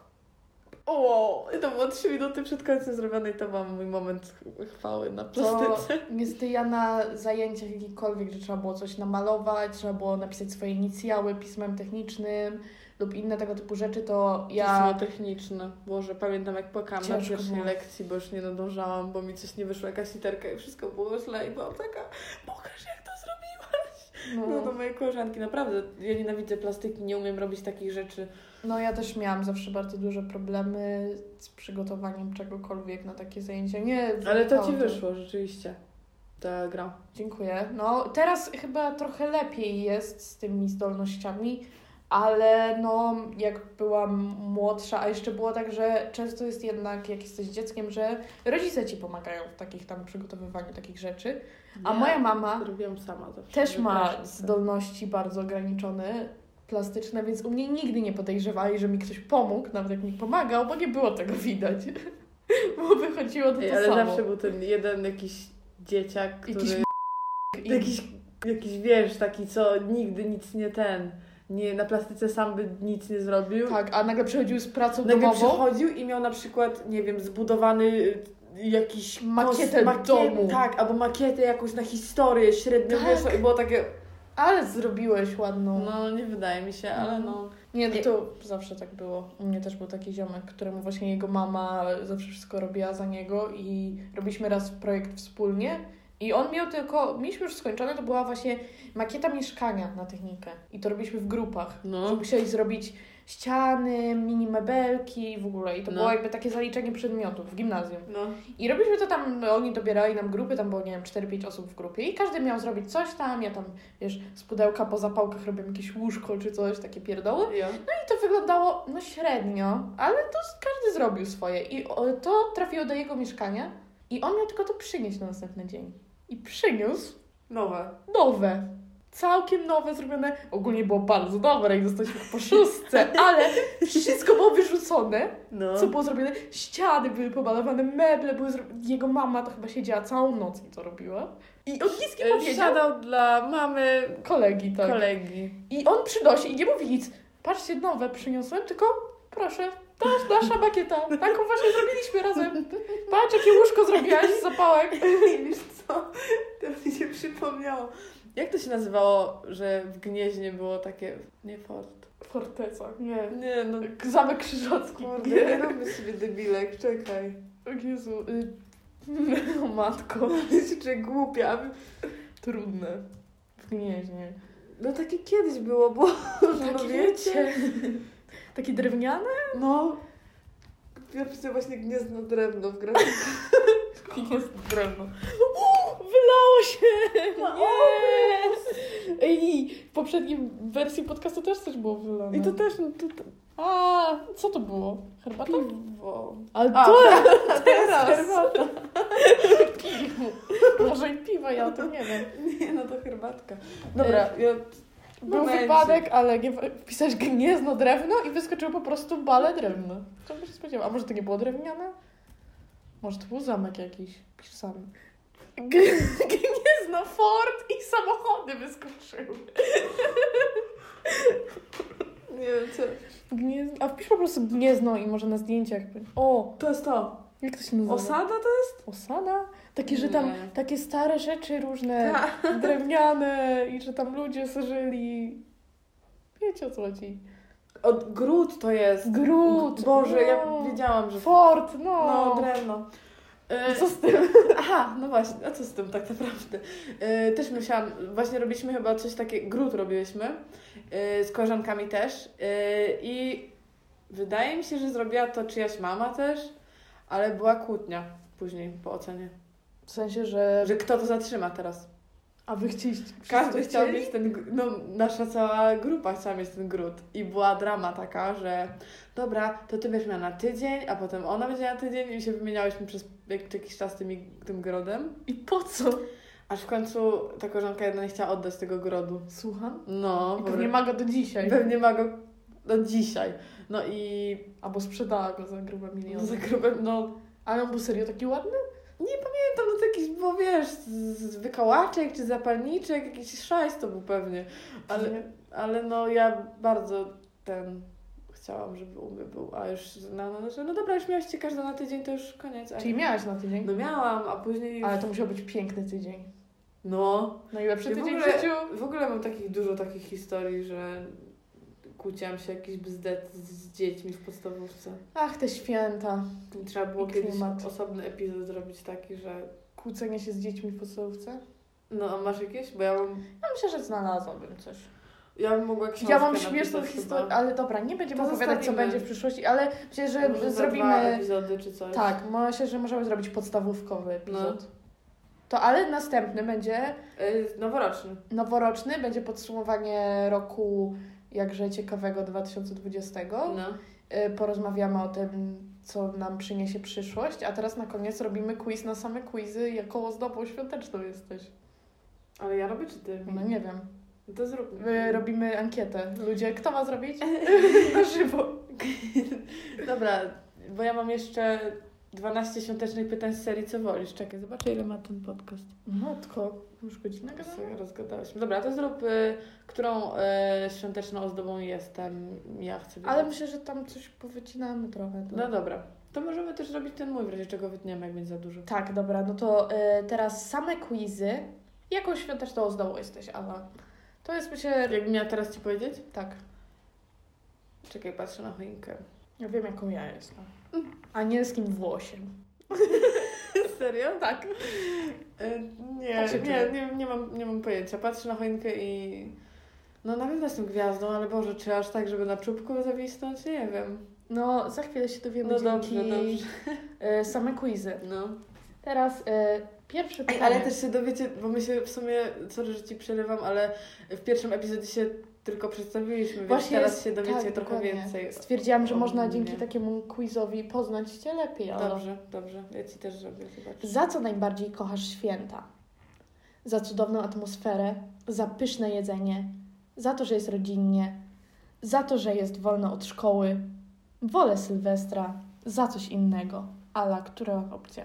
Speaker 2: o, i to było 3 minuty przed końcem zrobione i to mam mój moment ch- chwały na
Speaker 1: To
Speaker 2: plastyce.
Speaker 1: niestety ja na zajęciach jakichkolwiek, że trzeba było coś namalować, trzeba było napisać swoje inicjały pismem technicznym lub inne tego typu rzeczy, to
Speaker 2: Ja...
Speaker 1: ja...
Speaker 2: Pismo techniczne. Boże, pamiętam jak płakałam na
Speaker 1: Ciężko
Speaker 2: pierwszej
Speaker 1: było.
Speaker 2: lekcji, bo już nie nadążałam, bo mi coś nie wyszło, jakaś literka i wszystko było źle i byłam taka, pokaż jak to zrobiłaś. No do mojej koleżanki, naprawdę, ja nienawidzę plastyki, nie umiem robić takich rzeczy.
Speaker 1: No ja też miałam zawsze bardzo duże problemy z przygotowaniem czegokolwiek na takie zajęcia. Nie,
Speaker 2: Ale to
Speaker 1: wynikało
Speaker 2: ci wyszło, rzeczywiście. Ta gra.
Speaker 1: Dziękuję. No teraz chyba trochę lepiej jest z tymi zdolnościami, Ale no, jak byłam młodsza, a jeszcze było tak, że często jest jednak, jak jesteś dzieckiem, że rodzice ci pomagają w takich tam przygotowywaniu takich rzeczy. A
Speaker 2: Ja
Speaker 1: moja mama
Speaker 2: Robiłam sama zawsze. Tak.
Speaker 1: też ma
Speaker 2: Wypraszam sobie.
Speaker 1: zdolności bardzo ograniczone, plastyczne, więc u mnie nigdy nie podejrzewali, że mi ktoś pomógł, nawet jak mi pomagał, bo nie było tego widać. (laughs) Bo wychodziło to,
Speaker 2: Ej,
Speaker 1: to
Speaker 2: ale
Speaker 1: samo.
Speaker 2: zawsze był ten jeden jakiś dzieciak, który...
Speaker 1: Jakiś I-
Speaker 2: Jakiś, jakiś wiesz, taki co nigdy nic nie ten, nie, na plastyce sam by nic nie zrobił.
Speaker 1: Tak, a nagle przychodził z pracą
Speaker 2: Nagle
Speaker 1: domową.
Speaker 2: przychodził i miał na przykład, nie wiem, zbudowany y, jakiś
Speaker 1: Makietę domu.
Speaker 2: Tak, albo makietę jakąś na historię średnią
Speaker 1: Tak.
Speaker 2: wiesz, i było takie,
Speaker 1: Ale zrobiłeś ładną.
Speaker 2: no nie wydaje mi się, ale no.
Speaker 1: Nie, no to zawsze tak było. U mnie też był taki ziomek, któremu właśnie jego mama zawsze wszystko robiła za niego i robiliśmy raz projekt wspólnie. I on miał tylko, mieliśmy już skończone, to była właśnie makieta mieszkania na technikę. I to robiliśmy w grupach. Że
Speaker 2: No.
Speaker 1: musieli zrobić ściany, mini mebelki i w ogóle. I to
Speaker 2: No.
Speaker 1: było jakby takie zaliczenie przedmiotów w gimnazjum.
Speaker 2: No.
Speaker 1: I robiliśmy to tam, no, oni dobierali nam grupy, tam było, nie wiem, 4-5 osób w grupie i każdy miał zrobić coś tam, ja tam, wiesz, z pudełka po zapałkach robiłam jakieś łóżko czy coś, takie pierdoły.
Speaker 2: Ja.
Speaker 1: I to wyglądało, no, średnio, ale to z- każdy zrobił swoje i o, to trafiło do jego mieszkania i on miał tylko to przynieść na następny dzień. I przyniósł
Speaker 2: Nowe.
Speaker 1: nowe, całkiem nowe zrobione, ogólnie było bardzo dobre i dostaliśmy po szóstce,
Speaker 2: (laughs)
Speaker 1: ale wszystko było wyrzucone.
Speaker 2: No.
Speaker 1: Co było zrobione? Ściany były pomalowane, meble były zrobione. Jego mama to chyba siedziała całą noc i to robiła. I on nic nie
Speaker 2: E,
Speaker 1: powiedział.
Speaker 2: Siadał dla mamy
Speaker 1: Kolegi, tak.
Speaker 2: kolegi.
Speaker 1: I on przynosi i nie mówi nic. Patrzcie, nowe przyniosłem, tylko proszę, to jest nasza makieta. Taką właśnie zrobiliśmy razem. Patrz, jakie łóżko zrobiłaś z zapałek.
Speaker 2: I (laughs) wiesz co, teraz mi się przypomniało. Jak to się nazywało, że w Gnieźnie było takie, nie fort.
Speaker 1: Forteca, nie.
Speaker 2: Nie, no
Speaker 1: Zamek Krzyżacki.
Speaker 2: Kurde, nie
Speaker 1: Nie.
Speaker 2: robię sobie debilek, czekaj. (laughs)
Speaker 1: O Jezu. Y... (laughs) O matko.
Speaker 2: Jeszcze głupia.
Speaker 1: Trudne. W gnieźnie.
Speaker 2: No takie kiedyś było, bo no
Speaker 1: Takie Takie drewniane?
Speaker 2: No. Ja przecież właśnie gniezno drewno w grafice.
Speaker 1: Jest drewno. Wylało się!
Speaker 2: No,
Speaker 1: Nie! Ej, w poprzedniej wersji podcastu też coś było wylane.
Speaker 2: I to też, no to,
Speaker 1: A, co to było? Herbata?
Speaker 2: Tak. piwo.
Speaker 1: Ale
Speaker 2: A,
Speaker 1: tak. (laughs) to
Speaker 2: A teraz?
Speaker 1: herbata. Piwo. Może i piwa, ja o tym nie wiem.
Speaker 2: Nie, no to herbatka. Dobra, ja...
Speaker 1: Był
Speaker 2: Momencik.
Speaker 1: No, wypadek, ale nie, pisałeś gniezno drewno i wyskoczyło po prostu bale drewno. Co by się spodziewał? A może to nie było drewniane? Może to był zamek jakiś. Pisz sam. G- gniezno, fort i samochody wyskoczyły.
Speaker 2: Nie wiem co...
Speaker 1: Gniezno. A wpisz po prostu gniezno i może na zdjęciach. będzie. O,
Speaker 2: To jest to.
Speaker 1: jak to się nazywa?
Speaker 2: Osada to jest?
Speaker 1: Osada? Takie, że tam
Speaker 2: Nie.
Speaker 1: takie stare rzeczy różne,
Speaker 2: (laughs)
Speaker 1: drewniane i że tam ludzie żyli. Wiecie o co chodzi.
Speaker 2: Od gród to jest.
Speaker 1: Gród.
Speaker 2: Boże,
Speaker 1: no.
Speaker 2: ja wiedziałam, że...
Speaker 1: Fort,
Speaker 2: No,
Speaker 1: no.
Speaker 2: drewno.
Speaker 1: I
Speaker 2: E,
Speaker 1: co z tym?
Speaker 2: (laughs) Aha, no właśnie, a co z tym tak naprawdę? E, też myślałam, właśnie robiliśmy chyba coś takiego, gród robiłyśmy e, z koleżankami też e, i wydaje mi się, że zrobiła to czyjaś mama też, ale była kłótnia później po ocenie.
Speaker 1: W sensie, że...
Speaker 2: Że kto to zatrzyma teraz?
Speaker 1: A wy chcieliście...
Speaker 2: Każdy
Speaker 1: wszyscy
Speaker 2: chciał
Speaker 1: chcieli?
Speaker 2: mieć ten, gr- no nasza cała grupa chciała mieć ten gród i była drama taka, że dobra, to ty będziesz miała na tydzień, a potem ona będzie na tydzień i się wymieniałyśmy przez jak- jakiś czas tymi, tym grodem.
Speaker 1: I po co?
Speaker 2: Aż w końcu ta koleżanka jedna nie chciała oddać tego grodu.
Speaker 1: Słucham?
Speaker 2: No,
Speaker 1: I
Speaker 2: po
Speaker 1: pewnie
Speaker 2: prostu-
Speaker 1: ma go do dzisiaj.
Speaker 2: pewnie ma go do dzisiaj. No i
Speaker 1: Albo sprzedała go za grube miliony.
Speaker 2: za grubem, no
Speaker 1: Ale on był serio taki ładny?
Speaker 2: nie tam no to jakiś, bo wiesz, z z wykałaczek czy zapalniczek, jakiś szajs to był pewnie. Ale,
Speaker 1: Nie.
Speaker 2: ale no ja bardzo ten chciałam, żeby u mnie był, a już na no, że no dobra, już miałyście każda na tydzień, to już koniec. A-
Speaker 1: Czyli miałaś na tydzień?
Speaker 2: No miałam, a później już...
Speaker 1: Ale to musiał być piękny tydzień.
Speaker 2: No,
Speaker 1: Najlepszy
Speaker 2: Ja w
Speaker 1: tydzień w,
Speaker 2: ogóle-
Speaker 1: życiu.
Speaker 2: W ogóle mam takich dużo takich historii, że kłóciłam się jakiś bzdet z, z dziećmi w podstawówce.
Speaker 1: Ach, te święta.
Speaker 2: I Trzeba było
Speaker 1: I
Speaker 2: kiedyś
Speaker 1: klimat.
Speaker 2: osobny epizod zrobić taki, że
Speaker 1: Kłócenie się z dziećmi w podstawówce.
Speaker 2: no a masz jakieś? Bo ja bym,
Speaker 1: Ja No, myślę, że znalazłabym coś.
Speaker 2: ja bym mogła książkę
Speaker 1: Ja mam
Speaker 2: napisać
Speaker 1: śmieszną
Speaker 2: chyba.
Speaker 1: historię, ale dobra, nie będziemy
Speaker 2: To
Speaker 1: opowiadać, co
Speaker 2: zostawimy.
Speaker 1: będzie w przyszłości, ale myślę, że
Speaker 2: Może za Dwa
Speaker 1: zrobimy...
Speaker 2: epizody czy coś. No.
Speaker 1: Tak, myślę, że możemy zrobić podstawówkowy epizod. To ale następny będzie
Speaker 2: Y, noworoczny.
Speaker 1: noworoczny, będzie podsumowanie roku jakże ciekawego 2020.
Speaker 3: No.
Speaker 1: Y, Porozmawiamy o tym, co nam przyniesie przyszłość, a teraz na koniec robimy quiz na same quizy, jaką ozdobą świąteczną jesteś.
Speaker 3: Ale ja robię czy ty?
Speaker 1: No nie wiem.
Speaker 3: To zrób.
Speaker 1: Y, Robimy ankietę. Ludzie, kto ma
Speaker 2: (laughs)
Speaker 1: zrobić? na żywo.
Speaker 2: Dobra, bo ja mam jeszcze 12 świątecznych pytań z serii Co wolisz? Czekaj, zobaczę ile ma ten podcast.
Speaker 1: Matko, już godzinę
Speaker 2: Sobie Rozgadałyśmy. Dobra, to zrób, y, którą y, świąteczną ozdobą jestem. Ja chcę wiedzieć.
Speaker 1: Ale myślę, że tam coś powycinamy trochę.
Speaker 2: No dobra, to możemy też robić ten mój, w razie czego wytniemy, jak będzie za dużo.
Speaker 1: Tak, dobra, no to y, teraz same quizy. Jaką świąteczną ozdobą jesteś, Ala? To jest myślę...
Speaker 2: Jakbym miała teraz Ci powiedzieć?
Speaker 1: Tak,
Speaker 2: Czekaj, patrzę na choinkę.
Speaker 1: ja wiem jaką ja jestem.
Speaker 2: Mm.
Speaker 1: Anielskim włosiem.
Speaker 2: Serio? Tak. E, Nie,
Speaker 1: Tak się
Speaker 2: nie,
Speaker 1: czuję.
Speaker 2: nie, nie, mam, nie mam pojęcia. Patrzę na choinkę i... No na pewno jestem gwiazdą, ale Boże, czy aż tak, żeby na czubku zawisnąć? Nie wiem.
Speaker 1: No, za chwilę się dowiemy
Speaker 2: No
Speaker 1: dzięki
Speaker 2: dobrze, dobrze.
Speaker 1: y, same quizy.
Speaker 2: No.
Speaker 1: Teraz y, pierwszy
Speaker 2: Ej,
Speaker 1: pytanie.
Speaker 2: ale też się dowiecie, bo my się w sumie, sorry, że Ci przerywam, ale w pierwszym epizodzie się tylko przedstawiliśmy, więc
Speaker 1: Właśnie
Speaker 2: teraz
Speaker 1: jest-
Speaker 2: się dowiecie
Speaker 1: tak,
Speaker 2: trochę
Speaker 1: dokładnie.
Speaker 2: więcej.
Speaker 1: Stwierdziłam, że
Speaker 2: o
Speaker 1: można
Speaker 2: mnie.
Speaker 1: dzięki takiemu quizowi poznać Cię lepiej, Ala.
Speaker 2: Dobrze, dobrze. Ja Ci też zrobię, zobacz.
Speaker 1: Za co najbardziej kochasz święta? Za cudowną atmosferę, za pyszne jedzenie, za to, że jest rodzinnie, za to, że jest wolno od szkoły. Wolę Sylwestra, za coś innego. Ala, która opcja?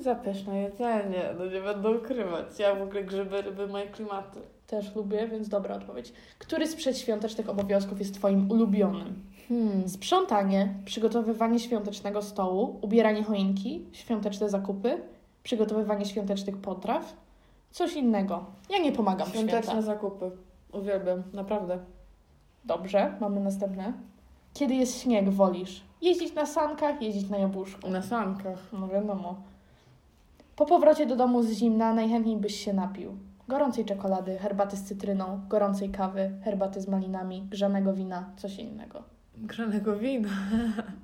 Speaker 2: Zapeszne jedzenie, no nie będę ukrywać. Ja w ogóle grzyby, ryby, moje klimaty.
Speaker 1: Też lubię, więc dobra odpowiedź. Który z przedświątecznych obowiązków jest Twoim ulubionym? Hmm, sprzątanie, przygotowywanie świątecznego stołu, ubieranie choinki, świąteczne zakupy, przygotowywanie świątecznych potraw, coś innego. Ja nie pomagam w święta.
Speaker 2: Świąteczne zakupy. Uwielbiam, naprawdę.
Speaker 1: Dobrze, mamy następne. Kiedy jest śnieg, wolisz jeździć na sankach, jeździć na jabłuszku?
Speaker 2: Na sankach.
Speaker 1: No wiadomo. Po powrocie do domu z zimna najchętniej byś się napił. Gorącej czekolady, herbaty z cytryną, gorącej kawy, herbaty z malinami, grzanego wina, coś innego.
Speaker 2: Grzanego wina.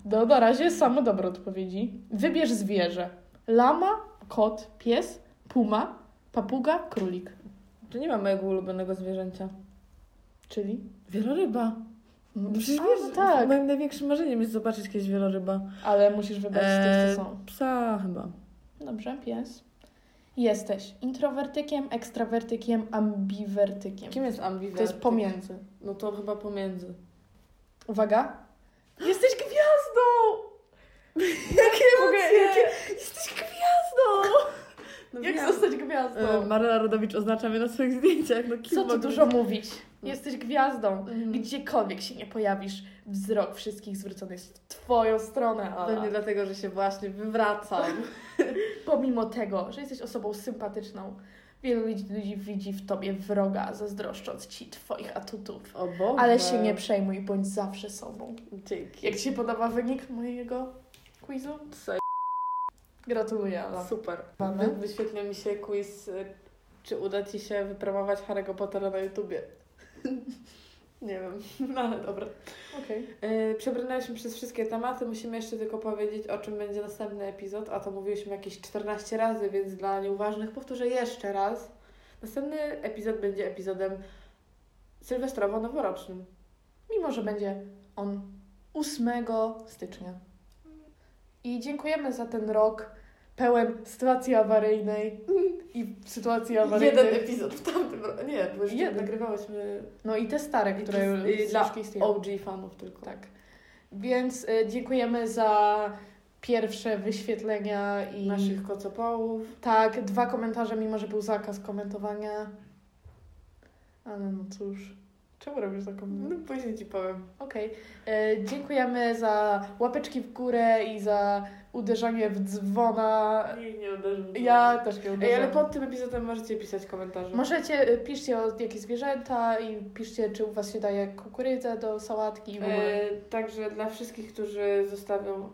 Speaker 1: No na razie same dobre odpowiedzi. Wybierz zwierzę. Lama, kot, pies, puma, papuga, królik.
Speaker 2: Tu nie ma mojego ulubionego zwierzęcia.
Speaker 1: Czyli?
Speaker 2: Wieloryba. No Przecież
Speaker 1: A,
Speaker 2: wiesz,
Speaker 1: no tak,
Speaker 2: moim największym marzeniem jest zobaczyć kiedyś wieloryba.
Speaker 1: ale musisz wybrać z tych,
Speaker 2: Eee,
Speaker 1: co są.
Speaker 2: Psa chyba.
Speaker 1: Dobrze, pies. Jesteś introwertykiem, ekstrawertykiem, ambiwertykiem.
Speaker 2: Kim jest ambiwertyk?
Speaker 1: To jest pomiędzy.
Speaker 2: No to chyba pomiędzy.
Speaker 1: Uwaga.
Speaker 2: Jesteś gwiazdą! Jakie
Speaker 1: emocje!
Speaker 2: Jesteś gwiazdą! No wiem.
Speaker 1: zostać gwiazdą?
Speaker 2: E, Maryla Rodowicz oznacza mnie na swoich zdjęciach. No, kim
Speaker 1: Co tu
Speaker 2: mogę- No.
Speaker 1: dużo mówić? Jesteś gwiazdą.
Speaker 2: Mhm.
Speaker 1: Gdziekolwiek się nie pojawisz, wzrok wszystkich zwrócony jest w twoją stronę,
Speaker 2: Pewnie
Speaker 1: ale
Speaker 2: dlatego, że się właśnie wywracam.
Speaker 1: pomimo tego, że jesteś osobą sympatyczną, wielu ludzi ludzi widzi w tobie wroga, zazdroszcząc ci twoich atutów.
Speaker 2: O Boże.
Speaker 1: Ale się nie przejmuj, bądź zawsze sobą.
Speaker 2: Dzięki.
Speaker 1: Jak Ci się podoba wynik mojego quizu?
Speaker 2: Saj-
Speaker 1: Gratuluję, Ala.
Speaker 2: Super.
Speaker 1: Mamy?
Speaker 2: Wyświetla mi się quiz, y, czy uda Ci się wypromować Harry'ego Pottera na YouTubie. (laughs) nie wiem, (laughs) no ale dobra.
Speaker 1: Okej.
Speaker 2: Yy, przebrnęliśmy przez wszystkie tematy, musimy jeszcze tylko powiedzieć, o czym będzie następny epizod, a to mówiliśmy jakieś 14 razy, więc dla nieuważnych powtórzę jeszcze raz. Następny epizod będzie epizodem sylwestrowo-noworocznym.
Speaker 1: Mimo, że będzie on 8 stycznia. I dziękujemy za ten rok pełen sytuacji awaryjnej i sytuacji awaryjnej.
Speaker 2: Jeden epizod w tamtym roku. Nie, bo jeszcze
Speaker 1: Jeden.
Speaker 2: nagrywałyśmy
Speaker 1: No i te stare,
Speaker 2: I
Speaker 1: które
Speaker 2: to jest, y,
Speaker 1: już
Speaker 2: dla
Speaker 1: dla... istnieją.
Speaker 2: OG fanów tylko.
Speaker 1: Tak. Więc y, dziękujemy za pierwsze wyświetlenia i
Speaker 2: Naszych kocopołów.
Speaker 1: tak, dwa komentarze, mimo że był zakaz komentowania. Ale no cóż. Czemu robisz taką
Speaker 2: No później Ci powiem.
Speaker 1: Okej. E, Dziękujemy za łapeczki w górę i za uderzanie w dzwona.
Speaker 3: Nikt nie uderzył.
Speaker 1: Ja też nie
Speaker 2: Ej,
Speaker 1: uderzam.
Speaker 2: ale pod tym epizodem możecie pisać komentarze.
Speaker 1: Możecie, e, piszcie o jakie zwierzęta i piszcie, czy u Was się daje kukurydzę do sałatki. i w ogóle.
Speaker 2: E, także dla wszystkich, którzy zostawią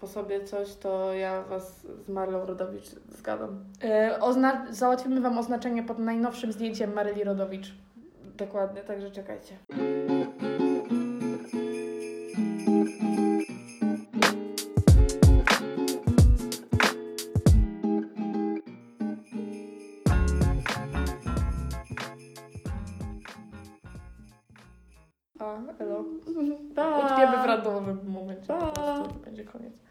Speaker 2: po sobie coś, to ja Was z Marlą Rodowicz zgadam.
Speaker 1: E, Ozna- załatwimy Wam oznaczenie pod najnowszym zdjęciem Maryli Rodowicz.
Speaker 2: Dokładnie, także czekajcie.
Speaker 1: Pa, elo.
Speaker 2: Pa!
Speaker 1: Utniemy w randomowym momencie.
Speaker 2: Pa.
Speaker 1: Po prostu. To będzie koniec.